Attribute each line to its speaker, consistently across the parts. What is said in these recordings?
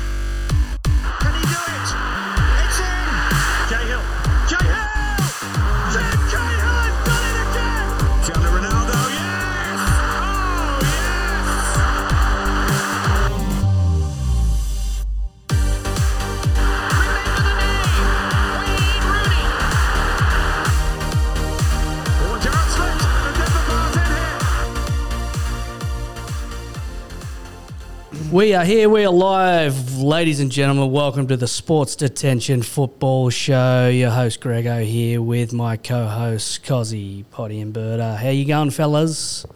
Speaker 1: Can he do it? It's in! Cahill. Cahill! Tim Cahill has done it again! Down to Ronaldo. Yes! Oh, yes! Remember the name, Wayne Rooney. Oh, Gerrard slipped. The Denver bar's in here.
Speaker 2: We are here, we are live, ladies and gentlemen. Welcome to the Sports Detention Football Show. Your host Grego here with my co-hosts Cozzy, Potty, and Berta. How you going, fellas?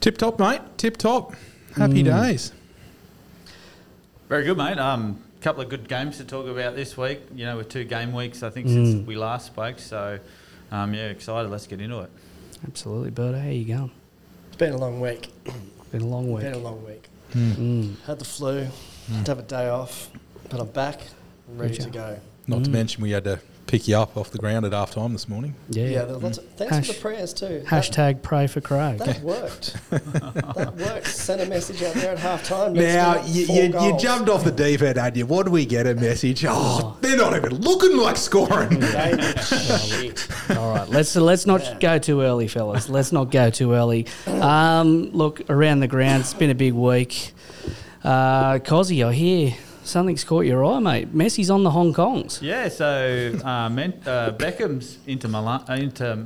Speaker 3: Tip top, mate. Tip top. Happy days.
Speaker 4: Very good, mate. Um, couple of good games to talk about this week. You know, with two game weeks, I think
Speaker 2: Mm.
Speaker 4: since we last spoke. So, um, yeah, excited. Let's get into it.
Speaker 2: Absolutely, Berta. How you going?
Speaker 5: It's been a long week.
Speaker 2: Been a long week. Hmm.
Speaker 5: Been a long week. Had the flu. Had to have a day off, but I'm back. I'm ready
Speaker 2: Good
Speaker 5: to go.
Speaker 3: Not to mention we had to pick you up off the ground at half time this morning.
Speaker 2: Yeah. Mm.
Speaker 5: Yeah, there were lots of, thanks for
Speaker 2: Hash-
Speaker 5: the prayers too.
Speaker 2: Hashtag pray for Craig.
Speaker 5: That, that worked. that worked. Sent a message out there at halftime.
Speaker 3: Now
Speaker 5: Next
Speaker 3: you,
Speaker 5: minute, four
Speaker 3: you, you
Speaker 5: goals.
Speaker 3: jumped off the deep end, had you? What do we get a message? Oh, they're not even looking like scoring.
Speaker 5: They did shit.
Speaker 2: All right, let's let's not go too early, fellas. Let's not go too early. Um, look around the ground. It's been a big week. Uh, Cozzy, I hear something's caught your eye, mate. Messi's on the Hong Kongs.
Speaker 4: Yeah. So, uh, men, uh, Beckham's into Milan, uh, into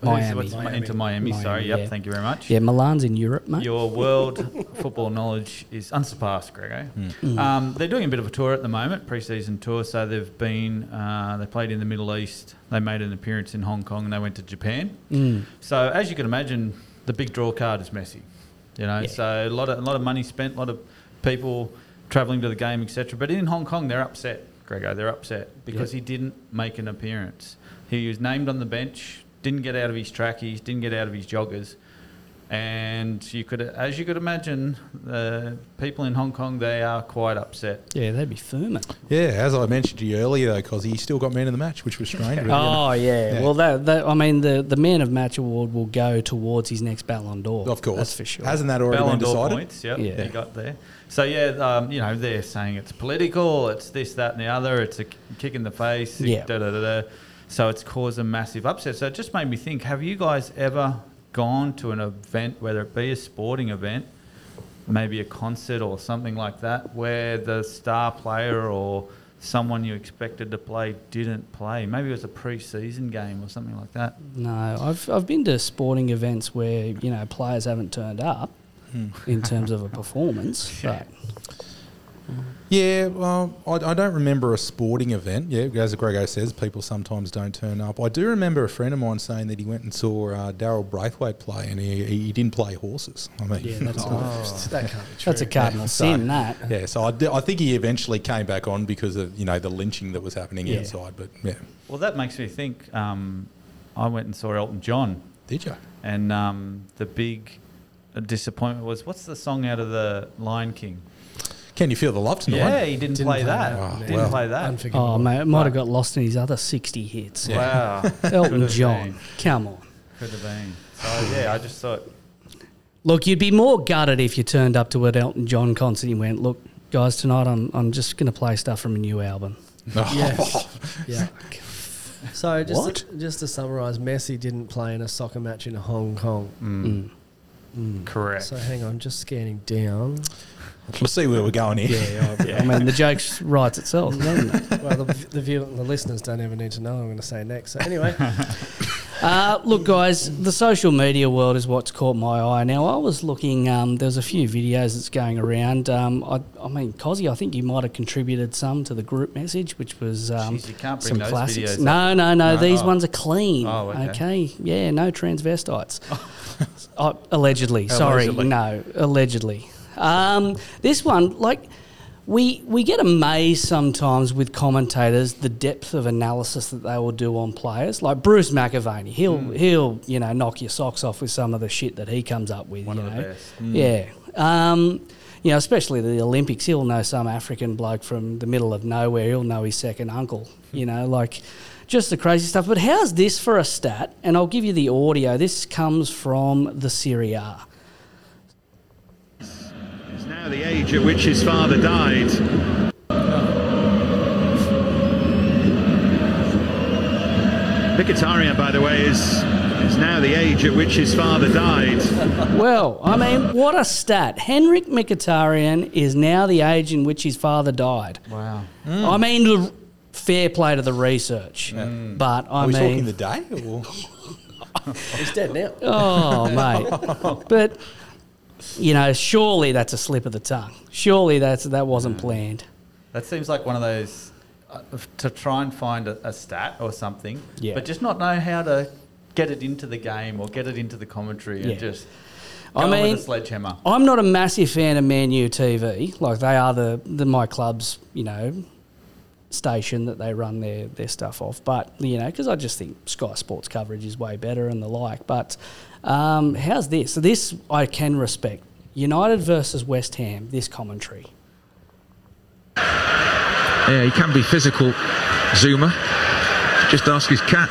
Speaker 2: Miami.
Speaker 4: what's-
Speaker 2: Miami.
Speaker 4: into Miami. Sorry.
Speaker 2: Miami,
Speaker 4: Yep.
Speaker 2: yeah.
Speaker 4: Thank you very much.
Speaker 2: Yeah, Milan's in Europe, mate.
Speaker 4: Your world football knowledge is unsurpassed, Grego.
Speaker 2: Hmm.
Speaker 4: Um, they're doing a bit of a tour at the moment, pre-season tour. So they've been, uh, they played in the Middle East. They made an appearance in Hong Kong, and they went to Japan.
Speaker 2: Hmm.
Speaker 4: So as you can imagine, the big draw card is Messi. You know,
Speaker 2: Yeah.
Speaker 4: so a lot of a lot of money spent, a lot of people travelling to the game, etc. But in Hong Kong, they're upset, Grego. They're upset because
Speaker 2: Yeah.
Speaker 4: he didn't make an appearance. He was named on the bench, didn't get out of his trackies, didn't get out of his joggers. And you could, as you could imagine, the people in Hong Kong they are quite upset.
Speaker 2: Yeah, that'd be firming.
Speaker 3: yeah, as I mentioned to you earlier, though, because he still got man of the match, which was strange. really.
Speaker 2: Oh yeah.
Speaker 3: Yeah.
Speaker 2: Well, that, that I mean, the the man of match award will go towards his next Ballon d'Or.
Speaker 3: of course,
Speaker 2: that's for sure.
Speaker 3: Hasn't that already
Speaker 4: Ballon
Speaker 3: been
Speaker 4: d'Or
Speaker 3: decided?
Speaker 4: points, yep,
Speaker 2: Yeah.
Speaker 4: you got there. So yeah, um, you know they're saying it's political, it's this, that, and the other. It's a kick in the face. it-
Speaker 2: Yeah.
Speaker 4: Da, da, da, da. So it's caused a massive upset. So it just made me think: Have you guys ever gone to an event, whether it be a sporting event, maybe a concert or something like that, where the star player or someone you expected to play didn't play? Maybe it was a pre-season game or something like that.
Speaker 2: No, I've I've been to sporting events where you know players haven't turned up
Speaker 3: Hmm.
Speaker 2: in terms of a performance, but
Speaker 3: Yeah, well, I, I don't remember a sporting event. Yeah, as Grego says, people sometimes don't turn up. I do remember a friend of mine saying that he went and saw uh, Daryl Braithwaite play, and he, he didn't play horses. I mean,
Speaker 2: yeah, that's
Speaker 5: That can't be true.
Speaker 2: Oh. that's a cardinal sin. That
Speaker 3: yeah. So I, do- I think he eventually came back on because of you know the lynching that was happening
Speaker 2: Yeah.
Speaker 3: outside. But yeah,
Speaker 4: Well, that makes me think. Um, I went and saw Elton John
Speaker 3: did you?
Speaker 4: And um, the big uh, disappointment was what's the song out of the Lion King?
Speaker 3: Can you feel the love tonight?
Speaker 4: Yeah, he didn't, play, that.
Speaker 3: that. Oh,
Speaker 4: didn't
Speaker 3: wow.
Speaker 4: play that.
Speaker 5: Unforgivable.
Speaker 2: oh mate, it might have got lost in his other sixty hits.
Speaker 4: Wow. Could
Speaker 2: Elton
Speaker 4: have
Speaker 2: John,
Speaker 4: been.
Speaker 2: come on.
Speaker 4: Could have been. So yeah, I just thought
Speaker 2: Look, you'd be more gutted if you turned up to an Elton John concert and went, "Look, guys, tonight I'm I'm just going to play stuff from a new album."
Speaker 3: Oh,
Speaker 5: Yes. yeah. So just
Speaker 2: Oh, What?
Speaker 5: To, just to summarise, Messi didn't play in a soccer match in Hong Kong.
Speaker 2: Mm.
Speaker 4: correct.
Speaker 5: So hang on, just scanning down.
Speaker 3: Let's see where we're going here.
Speaker 2: I mean, the joke's writes itself, doesn't it?
Speaker 5: well, the, the, view, the listeners don't ever need to know what I'm going to say next. So anyway,
Speaker 2: Uh, look, guys, the social media world is what's caught my eye. Now, I was looking. Um, there's a few videos that's going around. Um, I, I mean, Cozzy, I think you might have contributed some to the group message, which was um,
Speaker 4: Jeez, you can't bring
Speaker 2: some
Speaker 4: those
Speaker 2: classics.
Speaker 4: videos
Speaker 2: No, no, no,
Speaker 4: No?
Speaker 2: These
Speaker 4: Oh.
Speaker 2: ones are clean.
Speaker 4: Oh, okay.
Speaker 2: yeah, no transvestites. uh, allegedly, sorry,
Speaker 4: Allegedly.
Speaker 2: no, allegedly. Um, this one, like, we we get amazed sometimes with commentators the depth of analysis that they will do on players. Like Bruce McAvaney, he'll
Speaker 4: Hmm.
Speaker 2: he'll you know knock your socks off with some of the shit that he comes up with.
Speaker 4: One
Speaker 2: you
Speaker 4: of the
Speaker 2: know?
Speaker 4: best. Hmm.
Speaker 2: Yeah. Um, you know, especially the Olympics, he'll know some African bloke from the middle of nowhere. He'll know his second uncle. You know, like just the crazy stuff. But how's this for a stat? And I'll give you the audio. This comes from the Serie A.
Speaker 1: now the age at which his father died. Mkhitaryan, by the way, is is now the age at which his father died.
Speaker 2: Well, I mean, what a stat. Henrik Mkhitaryan is now the age in which his father died.
Speaker 4: Wow. Mm.
Speaker 2: I mean, the fair play to the research. But I
Speaker 4: Oh,
Speaker 3: Are we talking
Speaker 2: mean,
Speaker 3: the day? Or?
Speaker 5: He's dead now.
Speaker 2: oh, mate. But, you know, surely that's a slip of the tongue. Surely that's that wasn't planned.
Speaker 4: That seems like one of those uh, to try and find a, a stat or something,
Speaker 2: Yeah.
Speaker 4: but just not know how to get it into the game or get it into the commentary
Speaker 2: Yeah.
Speaker 4: and just
Speaker 2: I
Speaker 4: go I
Speaker 2: mean-
Speaker 4: with a sledgehammer.
Speaker 2: I'm not a massive fan of Man U TV. Like they are the, the my club's, you know, station that they run their, their stuff off. But you know, because I just think Sky Sports coverage is way better and the like. But um, how's this? So this I can respect. United versus West Ham. This commentary.
Speaker 6: Yeah, he can be physical, Zuma. Just ask his cat.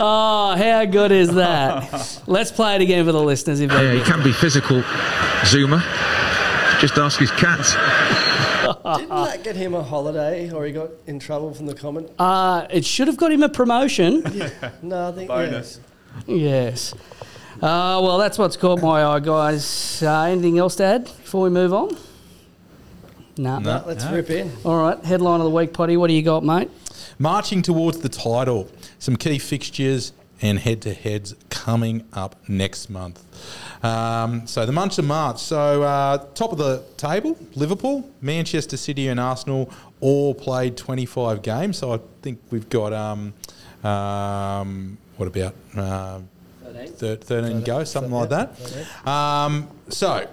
Speaker 2: Oh, how good is that? Let's play it again for the listeners. If
Speaker 6: Yeah,
Speaker 2: they
Speaker 6: he can be physical, Zuma. Just ask his cat.
Speaker 5: Didn't that get him a holiday, or he got in trouble from the comment?
Speaker 2: uh, it should have got him a promotion.
Speaker 5: No, I think
Speaker 4: Bonus.
Speaker 2: Yes. Uh, well, that's what's caught my eye, guys. Uh, anything else to add before we move on? Nah.
Speaker 5: Yeah. Uh, Let's rip in.
Speaker 2: All right. Headline of the week, Potty. What do you got, mate?
Speaker 3: Marching towards the title, some key fixtures and head to heads coming up next month. Um, so, the month of March. So, uh, top of the table, Liverpool, Manchester City, and Arsenal all played 25 games. So, I think we've got, um, um, what about uh, thir- 13, go, something like that. Um, so,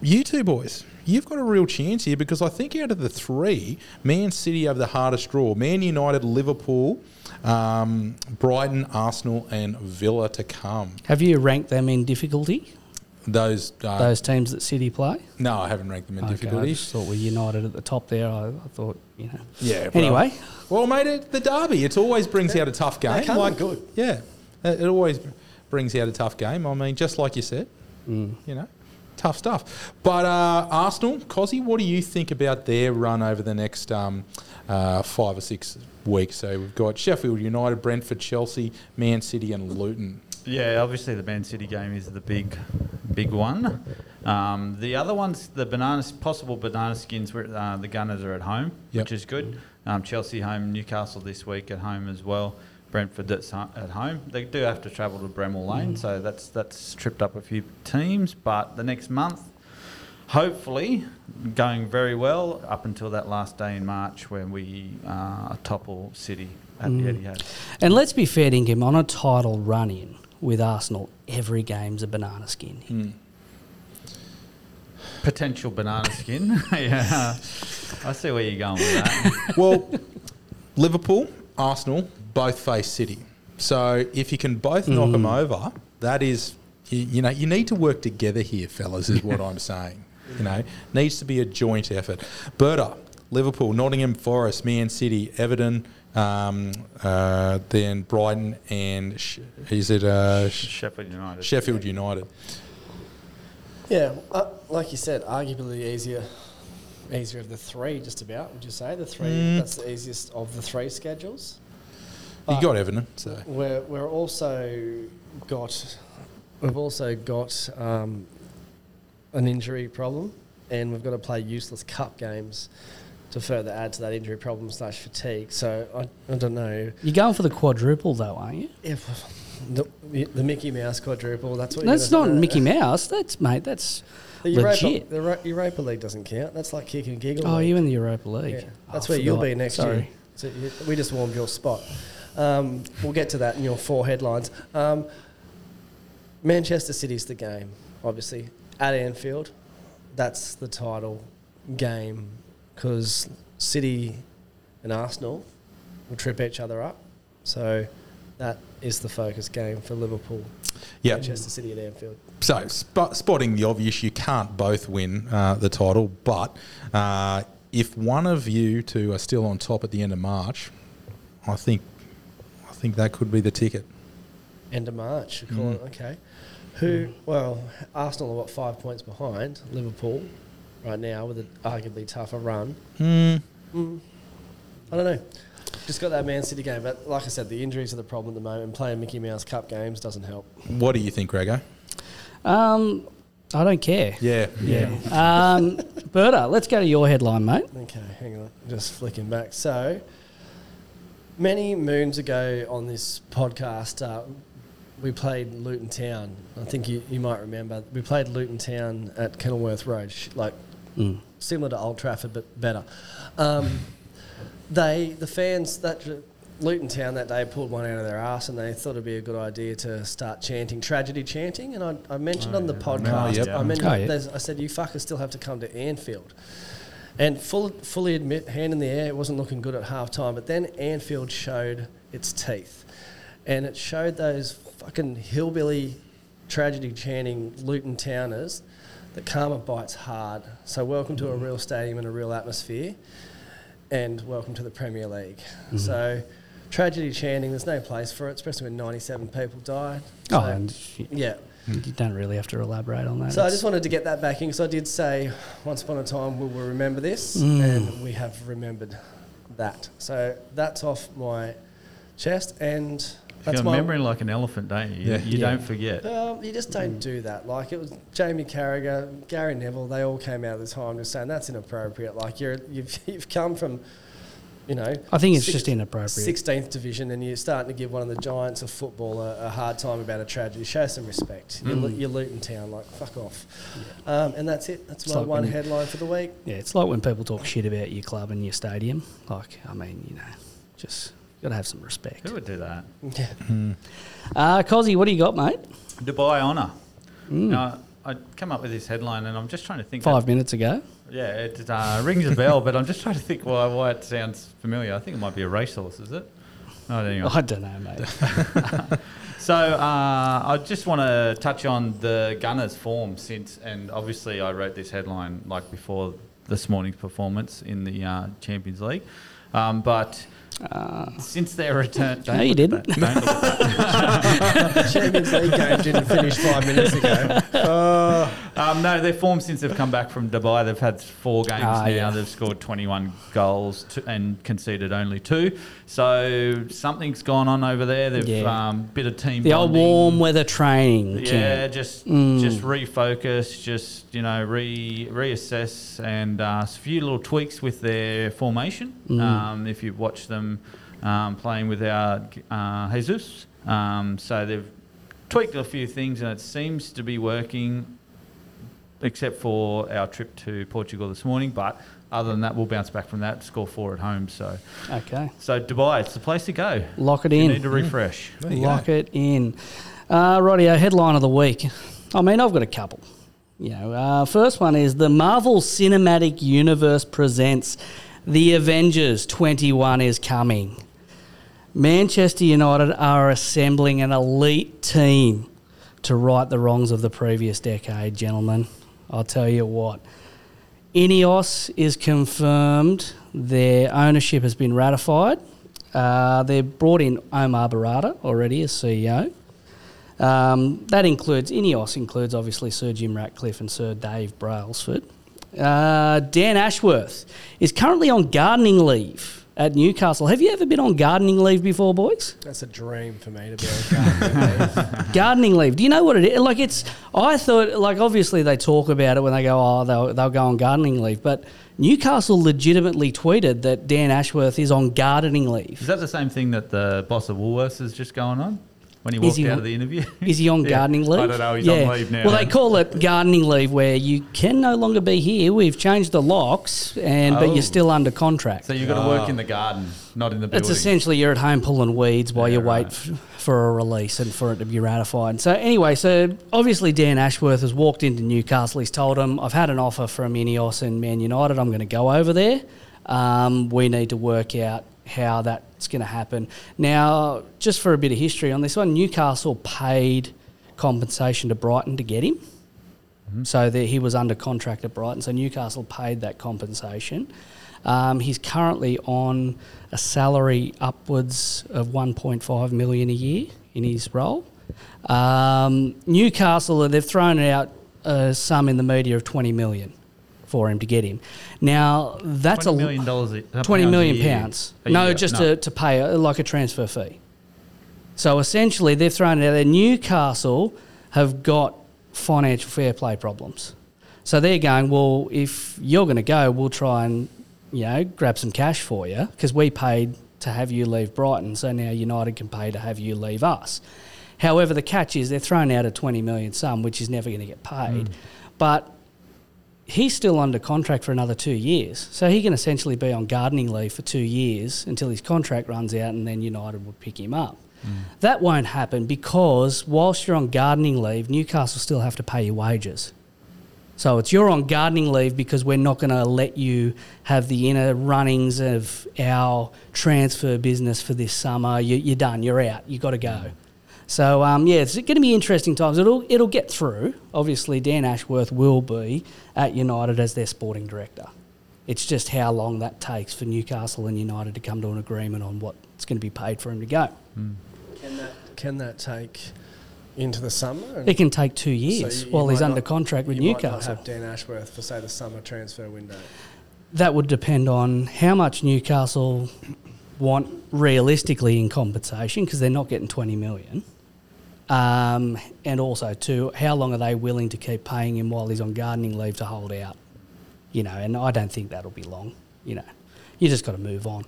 Speaker 3: you two boys, you've got a real chance here because I think out of the three, Man City have the hardest draw. Man United, Liverpool, um, Brighton, Arsenal, and Villa to come.
Speaker 2: Have you ranked them in difficulty?
Speaker 3: Those, uh,
Speaker 2: Those teams that City play.
Speaker 3: No, I haven't ranked them in
Speaker 2: Okay, I
Speaker 3: difficulty.
Speaker 2: just thought we United at the top there. I, I thought you know.
Speaker 3: Yeah. well-
Speaker 2: Anyway,
Speaker 3: Well, mate, it, the derby, it always brings out a tough game.
Speaker 5: come good.
Speaker 3: Yeah. It, it always brings out a tough game. I mean, just like you said,
Speaker 5: Mm.
Speaker 3: you know, tough stuff. But uh, Arsenal, Cosy, what do you think about their run over the next um, uh, five or six weeks? So we've got Sheffield United, Brentford, Chelsea, Man City, and Luton.
Speaker 4: Yeah, obviously the Man City game is the big, big one. Um, the other ones, the bananas, possible banana skins, where uh, the Gunners are at home,
Speaker 3: Yep.
Speaker 4: which is good. Um, Chelsea home, Newcastle this week at home as well. Brentford that's ho- at home. They do have to travel to Bremel Lane, so that's that's tripped up a few teams. But the next month, hopefully, going very well up until that last day in March when we uh, topple City at the Etihad.
Speaker 2: and let's be fair, Ingham, on a title run in with Arsenal, every game's a banana skin.
Speaker 3: Hmm.
Speaker 4: Potential banana skin. yeah. I see where you're going with that.
Speaker 3: Well, Liverpool, Arsenal, both face City. So if you can both knock 'em knock them over, that is, you, you know, you need to work together here, fellas, is what I'm saying. You know, needs to be a joint effort. Berta, Liverpool, Nottingham Forest, Man City, Everton, um, uh, then Brighton, and Sh- is it uh, Sh-
Speaker 4: Sheffield United.
Speaker 3: Sheffield United?
Speaker 5: Yeah, uh, like you said, arguably the easier, easier of the three. Just about would you say the three? That's the easiest of the three schedules.
Speaker 3: You got Everton, so
Speaker 5: We're we're also got, we've also got um, an injury problem, and we've got to play useless cup games to further add to that injury problem slash fatigue. So I, I don't know
Speaker 2: You're going for the quadruple though, aren't you?
Speaker 5: if the, the Mickey Mouse quadruple. That's what.
Speaker 2: That's
Speaker 5: you're gonna-
Speaker 2: not Mickey Mouse. That's mate. That's
Speaker 5: The Europa,
Speaker 2: legit.
Speaker 5: the Ro- Europa League doesn't count. That's like kick and giggle.
Speaker 2: Oh,
Speaker 5: league.
Speaker 2: you in the Europa League?
Speaker 5: Yeah, that's
Speaker 2: Oh,
Speaker 5: where you'll
Speaker 2: forgot.
Speaker 5: be next
Speaker 2: Sorry.
Speaker 5: year. So you, we just warmed your spot. Um, we'll get to that in your four headlines. Um, Manchester City's the game, obviously at Anfield. That's the title game because City and Arsenal will trip each other up. So that is the focus game for Liverpool.
Speaker 3: yeah.
Speaker 2: Mm.
Speaker 5: Manchester City at Anfield.
Speaker 3: So, spot, spotting the obvious, you can't both win uh, the title, but uh, if one of you two are still on top at the end of March, I think, I think that could be the ticket.
Speaker 5: End of March, you call it, okay. Who, well, Arsenal are what, five points behind Liverpool right now with an arguably tougher run. Mm. I don't know. Just got that Man City game, but like I said, the injuries are the problem at the moment. Playing Mickey Mouse Cup games doesn't help.
Speaker 3: What do you think, Grego?
Speaker 2: Um, I don't care.
Speaker 3: Yeah, yeah.
Speaker 2: Um, Berta, let's go to your headline, mate.
Speaker 4: Oh.
Speaker 5: Okay, hang on. Just flicking back. So, many moons ago on this podcast, uh, we played Luton Town. I think you, you might remember. We played Luton Town at Kenilworth Road, sh- like
Speaker 2: Mm.
Speaker 5: similar to Old Trafford, but better. Um, they, the fans, that Luton Town that day pulled one out of their ass and they thought it'd be a good idea to start chanting tragedy chanting. And I, I mentioned on the podcast,
Speaker 3: yep.
Speaker 5: I, mentioned,
Speaker 2: Oh, yeah.
Speaker 5: there's- I said, you fuckers still have to come to Anfield. And full, fully admit, hand in the air, it wasn't looking good at half time. But then Anfield showed its teeth. And it showed those fucking hillbilly tragedy chanting Luton Towners that karma bites hard. So, welcome to a real stadium and a real atmosphere. And welcome to the Premier League. So, tragedy chanting, there's no place for it, especially when 97 people died.
Speaker 2: Oh,
Speaker 5: So,
Speaker 2: and you-
Speaker 5: yeah.
Speaker 2: you don't really have to elaborate on that.
Speaker 5: So I
Speaker 2: It's-
Speaker 5: just wanted to get that back in because I did say once upon a time we will remember this,
Speaker 2: Mm-hmm. mm,
Speaker 5: and we have remembered that. So that's off my chest, and that's
Speaker 4: You're
Speaker 5: my.
Speaker 4: remembering like an elephant, don't you? You,
Speaker 3: Yeah.
Speaker 4: you
Speaker 2: Yeah.
Speaker 4: don't forget.
Speaker 5: Well, you just don't do that. Like it was Jamie Carragher, Gary Neville, they all came out at the time just saying that's inappropriate. Like you're you've you've come from, you know.
Speaker 2: I think it's
Speaker 5: six-
Speaker 2: just inappropriate.
Speaker 5: 16th division and you're starting to give one of the giants of football a, a hard time about a tragedy. Show some respect. You're, Lu- you're Luton Town, like, fuck off. Um, and that's it. That's
Speaker 2: It's
Speaker 5: my
Speaker 2: like
Speaker 5: one
Speaker 2: when-
Speaker 5: headline for the week.
Speaker 2: Yeah, it's like when people talk shit about your club and your stadium. Like, I mean, you know, just got to have some respect.
Speaker 4: Who would do that?
Speaker 5: Yeah.
Speaker 2: Uh, Cozzy, what do you got, mate?
Speaker 4: Dubai Honor. Now, I come up with this headline and I'm just trying to think.
Speaker 2: Five minutes ago.
Speaker 4: Yeah, it uh, rings a bell, but I'm just trying to think why, why it sounds familiar. I think it might be a racehorse, is it? No, anyway.
Speaker 2: I don't know, mate.
Speaker 4: So uh, I just want to touch on the Gunners' form since, and obviously I wrote this headline like before this morning's performance in the uh, Champions League, um, but since their return,
Speaker 2: Uh. No, you didn't.
Speaker 5: Champions League game didn't finish five minutes ago.
Speaker 4: Um, no, their form since they've come back from Dubai, they've had four games
Speaker 2: Ah,
Speaker 4: now.
Speaker 2: yeah.
Speaker 4: They've scored 21 goals to, and conceded only two. So something's gone on over there. They've
Speaker 2: Yeah.
Speaker 4: um, bit of team
Speaker 2: The old
Speaker 4: bonding.
Speaker 2: warm weather training.
Speaker 4: Yeah,
Speaker 2: camp.
Speaker 4: just just refocus, just you know re reassess and uh, a few little tweaks with their formation. Um, if you've watched them um, playing without uh, Jesus, um, so they've tweaked a few things and it seems to be working, except for our trip to Portugal this morning. But other than that, we'll bounce back from that. Score four at home, so
Speaker 2: Okay.
Speaker 4: so Dubai, it's the place to go.
Speaker 2: Lock it
Speaker 4: You
Speaker 2: in.
Speaker 4: need to refresh.
Speaker 3: There you go.
Speaker 2: Lock it in. Uh, rightio, headline of the week. I mean, I've got a couple. You know, uh, first one is the Marvel Cinematic Universe presents The Avengers 21 is coming. Manchester United are assembling an elite team to right the wrongs of the previous decade, gentlemen. I'll tell you what. Ineos is confirmed. Their ownership has been ratified. Uh, they've brought in Omar Barada already as CEO. Um, that includes Ineos includes obviously Sir Jim Ratcliffe and Sir Dave Brailsford. Uh, Dan Ashworth is currently on gardening leave at Newcastle. Have you ever been on gardening leave before, boys?
Speaker 5: That's a dream for me to be able to
Speaker 2: gardening leave. Do you know what it is? Like it's. I thought like obviously they talk about it when they go oh they'll they'll go on gardening leave, but Newcastle legitimately tweeted that Dan Ashworth is on gardening
Speaker 4: Is
Speaker 2: leave.
Speaker 4: that the same thing that the boss of Woolworths is just going on when he walked
Speaker 2: he
Speaker 4: out
Speaker 2: on-
Speaker 4: of the interview?
Speaker 2: Is he on
Speaker 4: Yeah.
Speaker 2: gardening leave?
Speaker 4: I don't know. He's on leave now.
Speaker 2: Well, they call it gardening leave, where you can no longer be here. We've changed the locks, and but
Speaker 4: Oh.
Speaker 2: you're still under contract.
Speaker 4: so you've got to work in the garden, not in the building.
Speaker 2: It's essentially you're at home pulling weeds while
Speaker 4: Yeah,
Speaker 2: you wait
Speaker 4: right.
Speaker 2: f- for a release and for it to be ratified. So anyway, so obviously Dan Ashworth has walked into Newcastle. He's told him, "I've had an offer from Ineos and Man United. I'm going to go over there. Um, we need to work out how that's going to happen." Now, just for a bit of history on this one, Newcastle paid compensation to Brighton to get him. Mm-hmm. So there, he was under contract at Brighton. So Newcastle paid that compensation. Um, he's currently on a salary upwards of 1.5 million a year in his role. Um, Newcastle, they've thrown out uh, some in the media of 20 million for him to get him. Now, that's
Speaker 4: $20
Speaker 2: a
Speaker 4: million dollars a- uh,
Speaker 2: twenty
Speaker 4: pounds
Speaker 2: million
Speaker 4: a year.
Speaker 2: pounds.
Speaker 4: A
Speaker 2: No,
Speaker 4: year,
Speaker 2: just To, to pay uh like a transfer fee. So essentially, they've thrown it out there. Newcastle have got financial fair play problems. So they're going, well, if you're going to go, we'll try and you know grab some cash for you because we paid to have you leave Brighton, so now United can pay to have you leave us. However, the catch is they're thrown out a twenty million sum, which is never going to get paid. But he's still under contract for another two years. So he can essentially be on gardening leave for two years until his contract runs out and then United would pick him up. That won't happen because whilst you're on gardening leave, Newcastle still have to pay your wages. So it's you're on gardening leave because we're not going to let you have the inner runnings of our transfer business for this summer. You, you're done. You're out. You got to
Speaker 5: Mm-hmm.
Speaker 2: go. So um, yeah, it's going to be interesting times. It'll it'll get through. Obviously, Dan Ashworth will be at United as their sporting director. It's just how long that takes for Newcastle and United to come to an agreement on what's going to be paid for him to go.
Speaker 5: Can that, can that take into the summer? And
Speaker 2: It can take two
Speaker 5: so
Speaker 2: years
Speaker 5: you- you
Speaker 2: while he's
Speaker 5: might
Speaker 2: under
Speaker 5: not-
Speaker 2: contract with
Speaker 5: you might not
Speaker 2: Newcastle.
Speaker 5: have Dan Ashworth for say the summer transfer window.
Speaker 2: That would depend on how much Newcastle want realistically in compensation because they're not getting 20 million. Um, and also, too, how long are they willing to keep paying him while he's on gardening leave to hold out? You know, and I don't think that'll be long. You know, you just got to move on.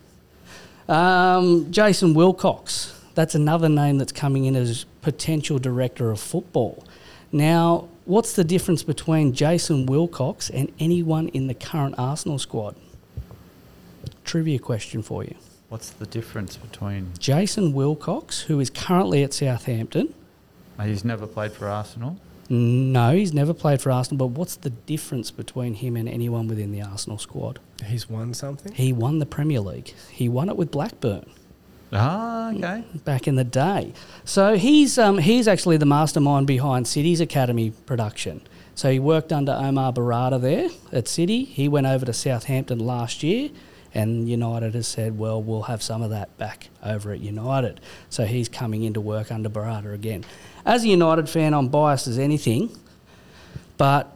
Speaker 2: Um, Jason Wilcox, that's another name that's coming in as potential director of football. Now, what's the difference between Jason Wilcox and anyone in the current Arsenal squad? Trivia question for you.
Speaker 4: What's the difference between?
Speaker 2: Jason Wilcox, who is currently at Southampton,
Speaker 4: He's never played for Arsenal.
Speaker 2: no, he's never played for Arsenal, but what's the difference between him and anyone within the Arsenal squad?
Speaker 5: He's won something.
Speaker 2: He won the Premier League, he won it with Blackburn.
Speaker 4: Ah, okay.
Speaker 2: back in the day. So he's um, he's actually the mastermind behind City's Academy production. So he worked under Omar Barada there at City. He went over to Southampton last year, and United has said, "Well, we'll have some of that back over at United." So he's coming in to work under Barada again. As a United fan, I'm biased as anything, but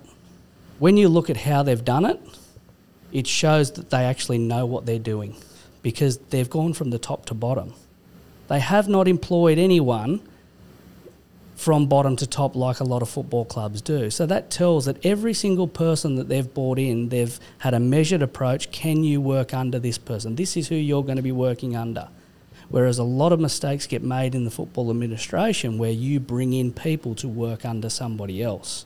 Speaker 2: when you look at how they've done it, it shows that they actually know what they're doing because they've gone from the top to bottom. They have not employed anyone from bottom to top like a lot of football clubs do. So that tells that every single person that they've brought in, they've had a measured approach. Can you work under this person? This is who you're going to be working under. Whereas a lot of mistakes get made in the football administration where you bring in people to work under somebody else.